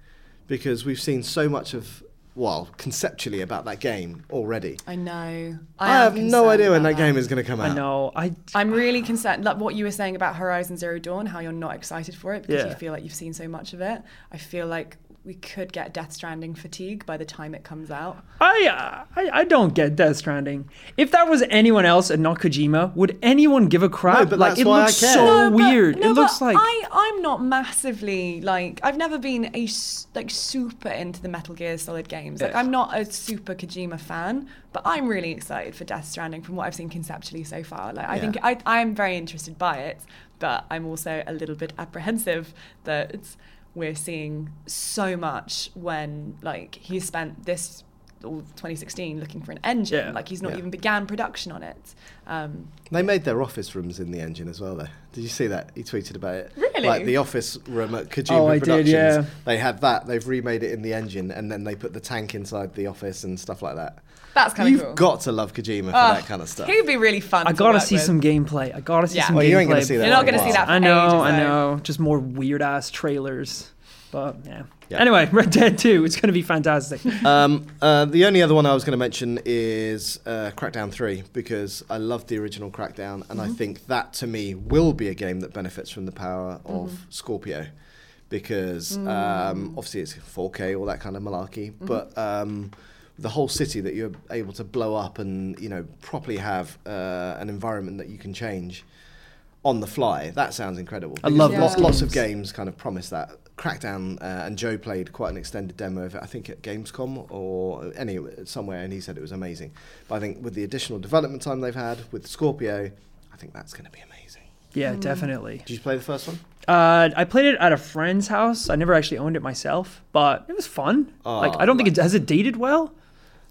because we've seen so much of, well, conceptually about that game already.
I know.
I,
am
have no
concerned
idea when
about
that, game is going to come out.
I know. I
I'm really concerned. Like what you were saying about Horizon Zero Dawn, how you're not excited for it because
Yeah.
you feel like you've seen so much of it. I feel like we could get Death Stranding fatigue by the time it comes out.
I, uh, I I don't get Death Stranding. If that was anyone else and not Kojima, would anyone give a crap?
but
like
that's
it
why I
looks
care.
so
No, but-
Oh, weird.
no,
it
but
looks like
I I'm not massively like I've never been a s- like super into the Metal Gear Solid games. Like
Yeah.
I'm not a super Kojima fan, but I'm really excited for Death Stranding from what I've seen conceptually so far. Like I think I I'm very interested by it, but I'm also a little bit apprehensive that we're seeing so much when like he spent this all 2016 looking for an engine
Yeah.
like he's not
Yeah.
even began production on it um,
They made their office rooms in the engine as well, though. Did you see that? He tweeted about it.
Really?
Like the office room at Kojima
Oh, I did,
Productions.
yeah.
They had that. They've remade it in the engine, and then they put the tank inside the office and stuff like that.
that's kind of
You've
cool.
got to love Kojima for
Ah,
that kind of stuff.
He'd be really fun.
I
to
gotta
work
see
with.
some gameplay. I gotta see
Yeah.
some
Well,
gameplay.
Oh, you ain't gonna see that
You're not
for a
gonna see
while.
that. For
I know,
ages,
I
though.
know. Just more weird ass trailers. But yeah.
Yeah.
Anyway, Red Dead 2, it's going to be fantastic.
Um, uh, the only other one I was going to mention is uh, Crackdown 3 because I love the original Crackdown, and I think that to me will be a game that benefits from the power of Scorpio because um, obviously it's 4K, all that kind of malarkey, but. Um, the whole city that you're able to blow up and you know properly have uh, an environment that you can change on the fly. That sounds incredible.
I love
Because
those
lo- lots of
games.
games kind of promise that. Crackdown uh, and Joe played quite an extended demo of it, I think at Gamescom or any somewhere, and he said it was amazing. But I think with the additional development time they've had with Scorpio, I think that's going to be amazing.
yeah, definitely.
Did you play the first one?
Uh, I played it at a friend's house. I never actually owned it myself, but it was fun.
Oh,
like, I don't think it has it dated well.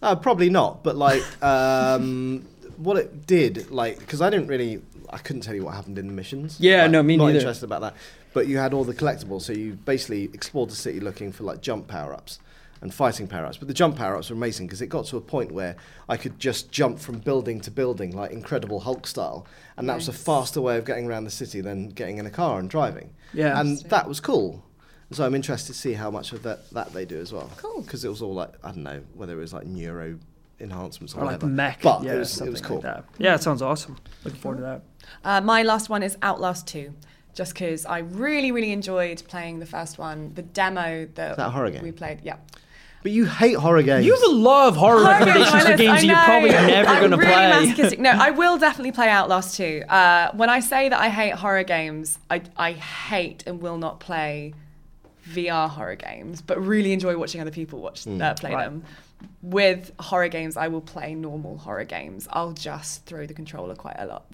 Uh, probably not, but like um, what it did, like because I didn't really, I couldn't tell you what happened in the missions.
Yeah,
Like,
no, me
not
neither.
interested about that. But you had all the collectibles, so you basically explored the city looking for like jump power ups and fighting power ups. But the jump power ups were amazing because it got to a point where I could just jump from building to building, like Incredible Hulk style, and that was a
Nice.
faster way of getting around the city than getting in a car and driving.
Yeah.
and that was cool. So I'm interested to see how much of that, that they do as well.
Cool.
Because it was all like I don't know whether it was like neuro enhancements or,
Or like
whatever.
mech.
but
yeah,
it was it
something
was cool.
Like that. Yeah, it sounds awesome. Looking forward to that.
Uh, my last one is Outlast Two, just because I really, really enjoyed playing the first one. The demo that,
that a horror game?
we played, yeah.
But you hate horror games.
You have a lot of horror
Horror games, Linus, I
recommendations for games that you're
know.
probably never
I'm
going to
really
play.
masochistic. No, I will definitely play Outlast Two. Uh, when I say that I hate horror games, I, I hate and will not play VR horror games, but really enjoy watching other people watch
Hmm,
uh, play
Right.
them. With horror games, I will play normal horror games. I'll just throw the controller quite a lot.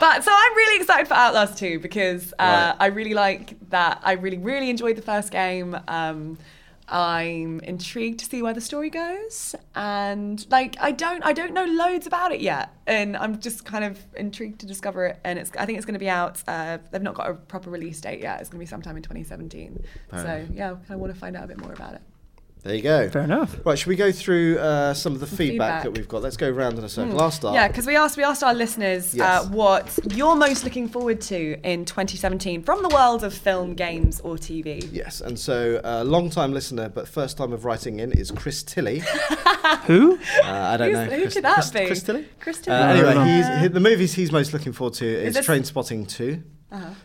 But so I'm really excited for Outlast 2 because uh,
Right.
I really like that. I really, really enjoyed the first game. Um, I'm intrigued to see where the story goes, and like I don't, I don't know loads about it yet, and I'm just kind of intrigued to discover it. And it's, I think it's going to be out. Uh, they've not got a proper release date yet. It's going to be sometime in 2017. so yeah, I kind of want to find out a bit more about it.
There you go.
Fair enough.
Right, should we go through uh, some of the feedback,
Feedback. Mm.
that we've got? Let's go round in a circle. Last up.
Yeah, because we asked we asked our listeners
Yes.
uh, what you're most looking forward to in 2017 from the world of film, games, or TV.
Yes, and so uh, long time listener, but first time of writing in is Chris Tilly.
Who?
Uh, I don't
Who's,
know.
who
Chris,
could that
Chris,
be?
Chris Tilly?
Chris
Uh,
Tilly.
anyway,
Yeah.
he's, he, the movies he's most looking forward to is,
this- Uh-huh.
Train Spotting 2,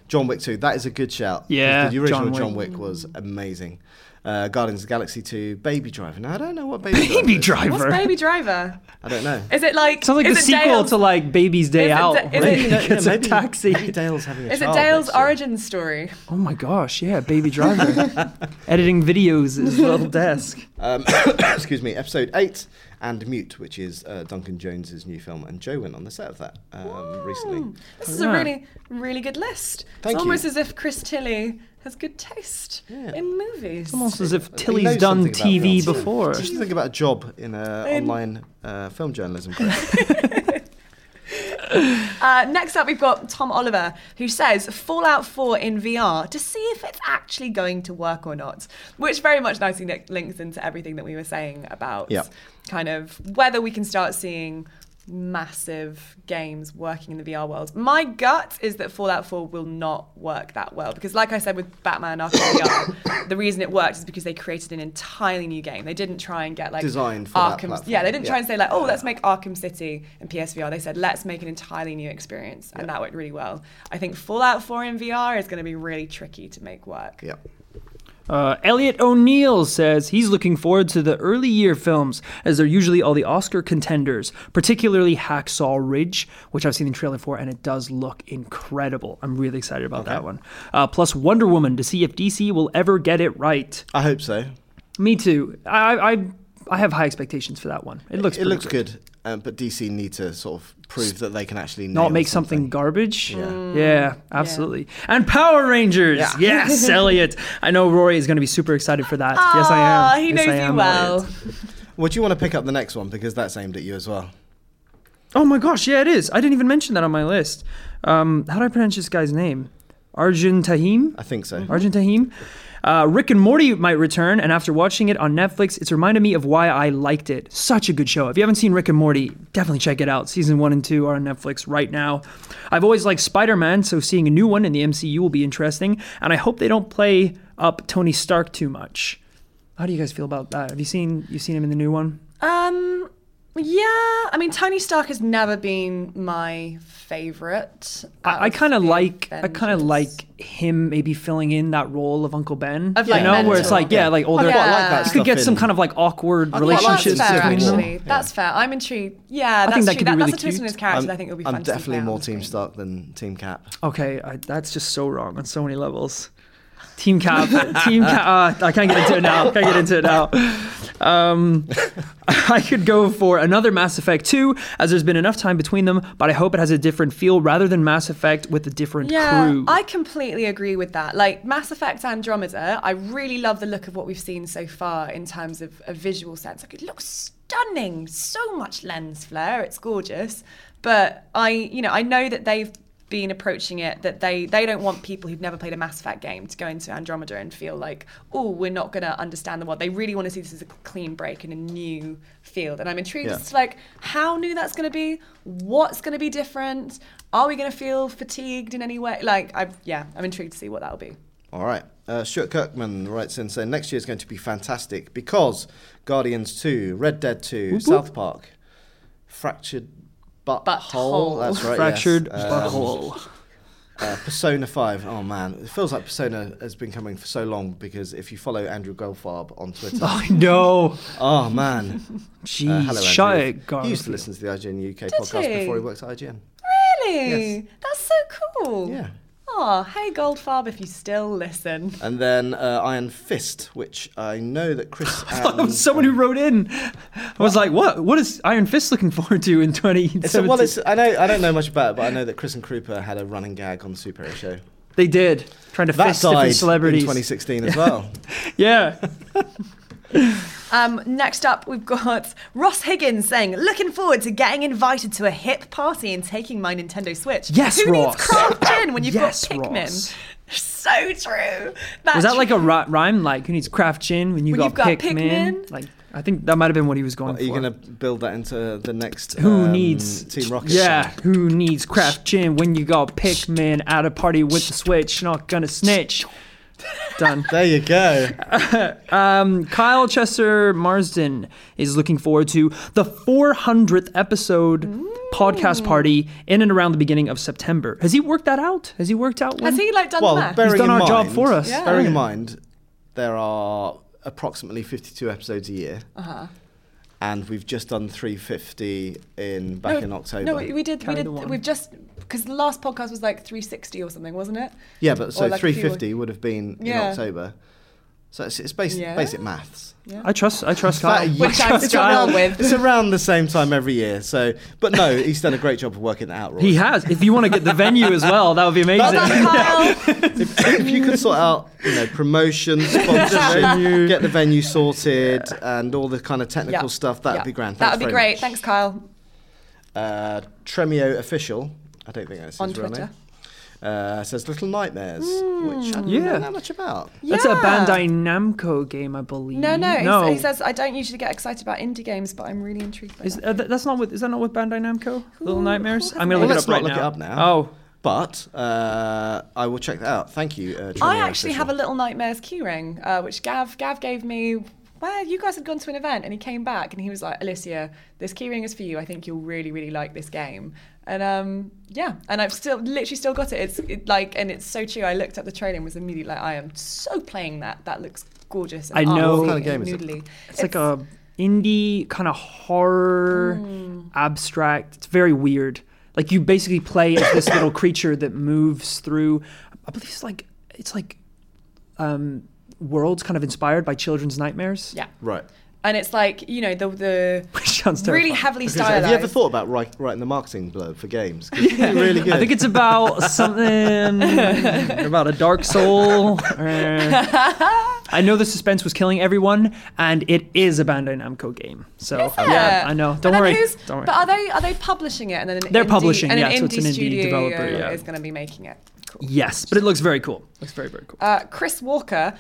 John Wick 2. That is a good shout. 'cause
Yeah,
The original
John
John,
Wick.
Wick was amazing. Uh, Guardians of the Galaxy 2, Baby Driver. Now, I don't know what Baby,
Baby
is.
Driver.
What's Baby Driver?
I don't know.
Is it like
Sounds like
is
the
it
sequel
Dale's,
to like Baby's Day
Is it-
Out.
is
where
it-
he
No,
gets
no,
a
maybe-
taxi.
maybe Dale's having a
Is it
child
Dale's
next year.
origin story?
Oh my gosh, yeah, Baby Driver. Editing videos is little desk.
Um, excuse me, episode eight and Mute, which is uh, Duncan Jones's new film, and Joe went on the set of that um, recently.
This is
Yeah.
a really, really good list.
Thank
it's almost
you.
as if Chris Tilly has good taste
Yeah.
in movies.
Almost as if
He
Tilly's
knows
done
something about
TV
films.
before.
Just think about a job in uh,
In-
online uh, film journalism. Chris.
Uh, next up, we've got Tom Oliver, who says Fallout 4 in VR to see if it's actually going to work or not, which very much nicely li- links into everything that we were saying about
Yep.
kind of whether we can start seeing massive games working in the VR world. My gut is that Fallout 4 will not work that well because like I said with Batman Arkham VR, the reason it worked is because they created an entirely new game. They didn't try and get like
Designed for that
Arkham.
platform.
yeah, they didn't try
Yeah.
and say like, oh, let's make Arkham City and PSVR. They said, let's make an entirely new experience, and that worked really well. I think Fallout 4 in VR is going to be really tricky to make work.
yeah.
Uh, Elliot O'Neill says he's looking forward to the early year films, as they're usually all the Oscar contenders, particularly Hacksaw Ridge, which I've seen the trailer for, and it does look incredible. I'm really excited about that one. Uh, plus Wonder Woman to see if DC will ever get it right.
I hope so.
Me too. I I I- I have high expectations for that one. It looks
it
pretty
looks good, um, but DC need to sort of prove that they can actually nail
Not make something, garbage. Yeah,
Mm,
absolutely. And Power Rangers.
Yeah.
Yes, Elliot. I know Rory is going to be super excited for that. yes, I
Ah,
am.
He
Yes,
knows
I am,
you well.
Elliot.
Well, do you want to pick up the next one because that's aimed at you as well?
Oh my gosh, yeah, it is. I didn't even mention that on my list. Um, how do I pronounce this guy's name? Arjun Tahim.
I think so.
Arjun Tahim. Uh, Rick and Morty might return, and after watching it on Netflix, it's reminded me of why I liked it. Such a good show. If you haven't seen Rick and Morty, definitely check it out. Season one and two are on Netflix right now. I've always liked Spider Man, so seeing a new one in the MCU will be interesting, and I hope they don't play up Tony Stark too much. How do you guys feel about that? Have you seen you seen him in the new one?
Um, yeah, I mean, Tony Stark has never been my favorite. out
I, I kind of
the
like I kind of
Avengers.
like him maybe filling in that role of Uncle Ben.
Of,
you
like,
know, where
mentor.
it's like yeah, like older.
Well, I like
that
you could get
stuff
some
in.
kind of like awkward
like that
relationships
Well,
stuff
that's fair,
between them.
actually. That's fair. I'm intrigued. Yeah, that's
think that
true.
could be really
that's a twist in
cute.
his character.
I'm-
that I think it'll be fun.
I'm
to see play
definitely
out
more
on
Team
screen.
Stark than Team Cap.
Okay, I, that's just so wrong on so many levels. Team Cap, Team Cap. Uh, I can't get into it now. Can't get into it now. Um, I could go for another Mass Effect 2, as there's been enough time between them, but I hope it has a different feel rather than Mass Effect with a different
Yeah,
crew.
I completely agree with that. Like Mass Effect Andromeda, I really love the look of what we've seen so far in terms of a visual sense. Like it looks stunning, so much lens flare, it's gorgeous. But I, you know, I know that they've been approaching it that they they don't want people who've never played a Mass Effect game to go into Andromeda and feel like, oh, we're not gonna understand the world. They really want to see this as a clean break in a new field. And I'm intrigued
Yeah.
as to like how new that's going to be what's going to be different are we going to feel fatigued in any way like i yeah i'm intrigued to see what that'll be
All right. Uh, Stuart Kirkman writes in saying next year is going to be fantastic because Guardians 2, Red Dead 2, South Park, Fractured Butthole.
Butthole.
That's right. yes.
Fractured
Um,
butthole.
uh, Persona 5. Oh, man. It feels like Persona has been coming for so long because if you follow Andrew Goldfarb on Twitter,
Oh no!
oh, man.
Jeez,
Uh, hello,
shut
Andrew.
it, Garfield.
He used to listen to the IGN UK podcast
he?
before he worked at IGN.
really
Yes.
that's so cool
Yeah.
Oh, hey Goldfarb, if you still listen.
And then uh, Iron Fist, which I know that Chris.
That
and-
was someone who wrote in. I was like, what? What is Iron Fist looking forward to in 2017?
It's a, well, it's, I know I don't know much about it, but I know that Chris and Krupa had a running gag on the superhero show.
they did. Trying to
That
fist
died
different celebrities.
in 2016 as well.
yeah.
Um, next up, we've got Ross Higgins saying, "Looking forward to getting invited to a hip party and taking my Nintendo Switch."
Yes,
Who
Ross.
needs craft gin when you've
Yes,
got Pikmin?
Ross.
So true.
Was that like a ri- rhyme? Like, who needs craft gin when you
When
got,
you've got
Pikmin?
Pikmin?
Like, I think that might have been what he was going
Are you
for.
going to build that into the next?
Who
um,
needs
Team Rocket?
Yeah,
song?
who needs craft gin when you got Pikmin at a party with the Switch? Not gonna snitch. Done.
There you go.
Um, Kyle Chester Marsden is looking forward to the 400th episode podcast party in and around the beginning of September. Has he worked that out? Has he worked out? When?
Has he like done the
Well,
math?
bearing
done
in
our
mind,
job for us.
Yeah.
Bearing in mind, there are approximately 52 episodes a year,
Uh-huh.
and we've just done 350 in back in October.
No, we did.
Carry
we
the
did.
one.
We've just because the last podcast was like 360 or something, wasn't it?
yeah, but so
like a few-
350 would have been in
Yeah.
October. So it's, it's basic,
Yeah.
basic maths.
I trust. I trust
About
Kyle.
a year-
Which I'm struggled with.
It's around the same time every year. So, but no, he's done a great job of working that out. Roy.
He has. If you want to get the venue as well, that would be amazing.
Well done, Kyle.
if you could sort out, you know, promotion, sponsorship, get the venue sorted, and all the kind of technical
Yeah.
stuff, that'd
Yeah.
be grand.
That
Thanks
would be
very
great.
much.
Thanks, Kyle.
Uh, Tremio official. I don't think that's his
On
real
Twitter. Hmm.
name. Uh, says Little Nightmares, which I don't
Yeah.
know much about.
That's a
Yeah.
Bandai Namco game, I believe.
No, no. he
no.
s- He says I don't usually get excited about indie games, but I'm really intrigued. By
Is,
that."
uh, th- that's not with. Is that not with Bandai Namco? Little Nightmares. I'm
Well,
gonna look it
let's
up right
not look
now.
it up now.
Oh,
But uh, I will check that out. Thank you. Uh,
I
Tremio
actually
official.
have a little nightmares keyring, uh, which Gav Gav gave me. Well, you guys had gone to an event, and he came back, and he was like, "Alicia, this keyring is for you. I think you'll really, really like this game." And um, yeah, and I've still literally still got it. It's it, like, and it's so true. I looked up the trailer and was immediately like, "I am so playing that. That looks gorgeous." And
I know- What
kind of game is it?
Noodly.
it's, like a indie kind of horror,
Hmm.
abstract. It's very weird. Like you basically play as this little creature that moves through. I believe it's like it's like um, worlds kind of inspired by children's nightmares.
yeah,
Right.
and it's like you know the the
sounds
really
terrifying.
heavily
So
stylized.
have you ever thought about write, writing the marketing blurb for games? 'Cause it'd be really good.
I think it's about something about a dark soul. or- I know the suspense was killing everyone, and it is a Bandai Namco game. So yeah,
Yeah.
I know.
But
Don't
then
worry.
who's-
Don't worry.
But are they are they publishing it and then an
They're
indie,
publishing,
and
yeah,
an
so it's an indie
studio
developer, yeah.
is going to be making it. Cool.
yes, but it looks very cool. Looks very very cool.
Uh, Chris Walker,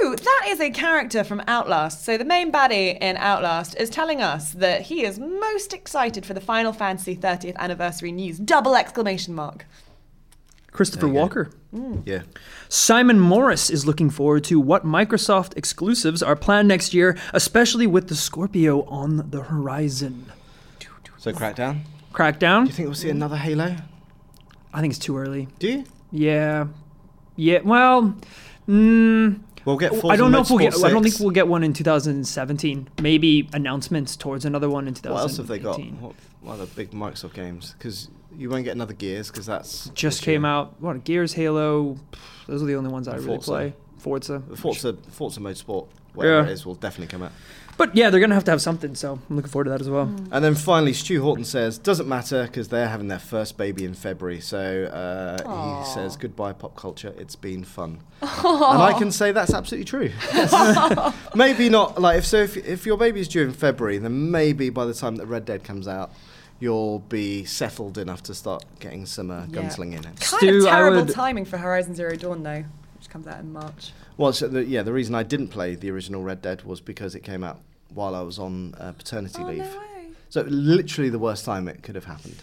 who that is a character from Outlast. So the main baddie in Outlast is telling us that he is most excited for the Final Fantasy 30th anniversary news. Double exclamation mark.
Christopher Walker.
yeah.
Simon Morris is looking forward to what Microsoft exclusives are planned next year, especially with the Scorpio on the horizon.
So Crackdown. Do you
Crackdown?
think we'll see another Halo?
I think it's too early.
Do you?
Yeah. Yeah, well, mm,
We'll get. Forza
I don't know if we'll
Motorsport
get. I don't
6.
think we'll get one in 2017. Maybe announcements towards another one in
What else have
2018.
they got? What, what other big Microsoft games? Because you won't get another Gears because that's
Just came out. What Gears, Halo. pff, Those are the only ones I really
Forza.
play. Forza.
Forza Forza Motorsport, whatever
Yeah.
it is, will definitely come out.
But yeah, they're gonna have to have something. So I'm looking forward to that as well.
Mm.
And then finally, Stu Horton says, doesn't matter because they're having their first baby in February. So uh, he says, goodbye, pop culture. It's been fun. And I can say that's absolutely true. maybe not. Like, if so, if, if your baby is due in February, then maybe by the time that Red Dead comes out, you'll be settled enough to start getting some uh,
Yeah.
gunslinging in it.
Kind
Stu,
of
I
terrible
would-
timing for Horizon Zero Dawn though, which comes out in March.
Well, so the, yeah, the reason I didn't play the original Red Dead was because it came out while I was on uh, paternity
Oh, no
leave.
way.
So literally the worst time it could have happened.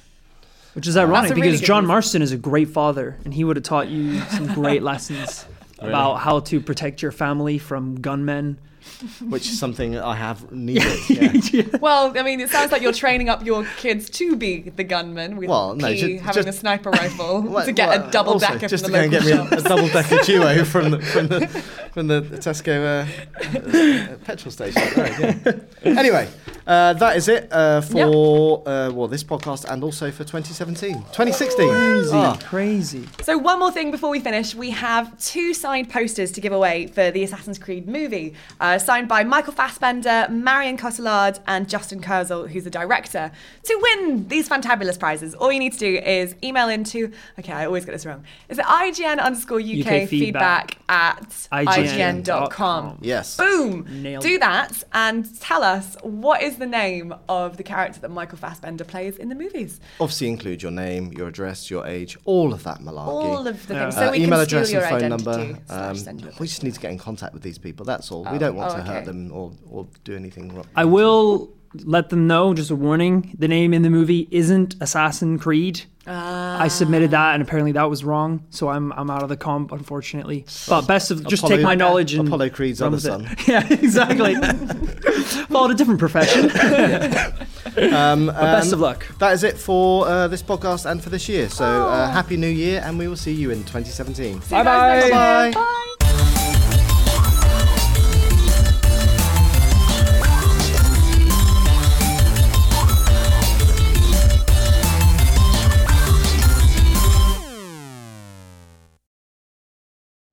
Which is ironic
a really
because
good
John
reason.
Marston is a great father, and he would have taught you some great lessons about how to protect your family from gunmen
which is something I have needed. yeah.
Well, I mean, it sounds like you're training up your kids to be the gunman with
Well, no,
P
ju-
having
just-
a sniper rifle
Well,
to get
well,
a double
also,
decker
just
from
to
the
go and
local
get me
shop.
a, a double decker duo from the from the from the Tesco uh, uh, petrol station. Right, yeah. Anyway, uh, that is it uh, for uh, well this podcast and also for 2017, 2016. Ah,
Crazy.
So one more thing before we finish, we have two signed posters to give away for the Assassin's Creed movie, uh, signed by Michael Fassbender, Marion Cotillard, and Justin Kurzel, who's the director. To win these fantabulous prizes, all you need to do is email into. Okay, I always get this wrong. Is it IGN underscore UK,
UK feedback
feedback at
IGN.com.
IGN.com?
Yes.
Boom.
Nailed
do
it.
that and tell us what is the name of the character that Michael Fassbender plays in the movies.
obviously include your name, your address, your age, all of that malarkey.
all of the
Yeah.
things.
Uh,
So we
email
can
address
steal
and
your
phone
identity.
number.
slash
Um,
send your-
we just need to get in contact with these people. That's all. we
Oh,
don't want
oh,
to hurt
okay.
them or, or do anything wrong.
I will let them know, just a warning, the name in the movie isn't Assassin Creed.
Ah.
I submitted that and apparently that was wrong, so I'm I'm out of the comp unfortunately. But best of just
Apollo-
take my knowledge and
Apollo Creed's
run
other
with
son.
it. Yeah, exactly. Followed a different profession.
Um,
But best
um,
of luck.
That is it for uh, this podcast and for this year. So uh, happy new year, and we will see you in 2017.
Oh. See you guys next
Bye-bye. Bye.
year. Bye.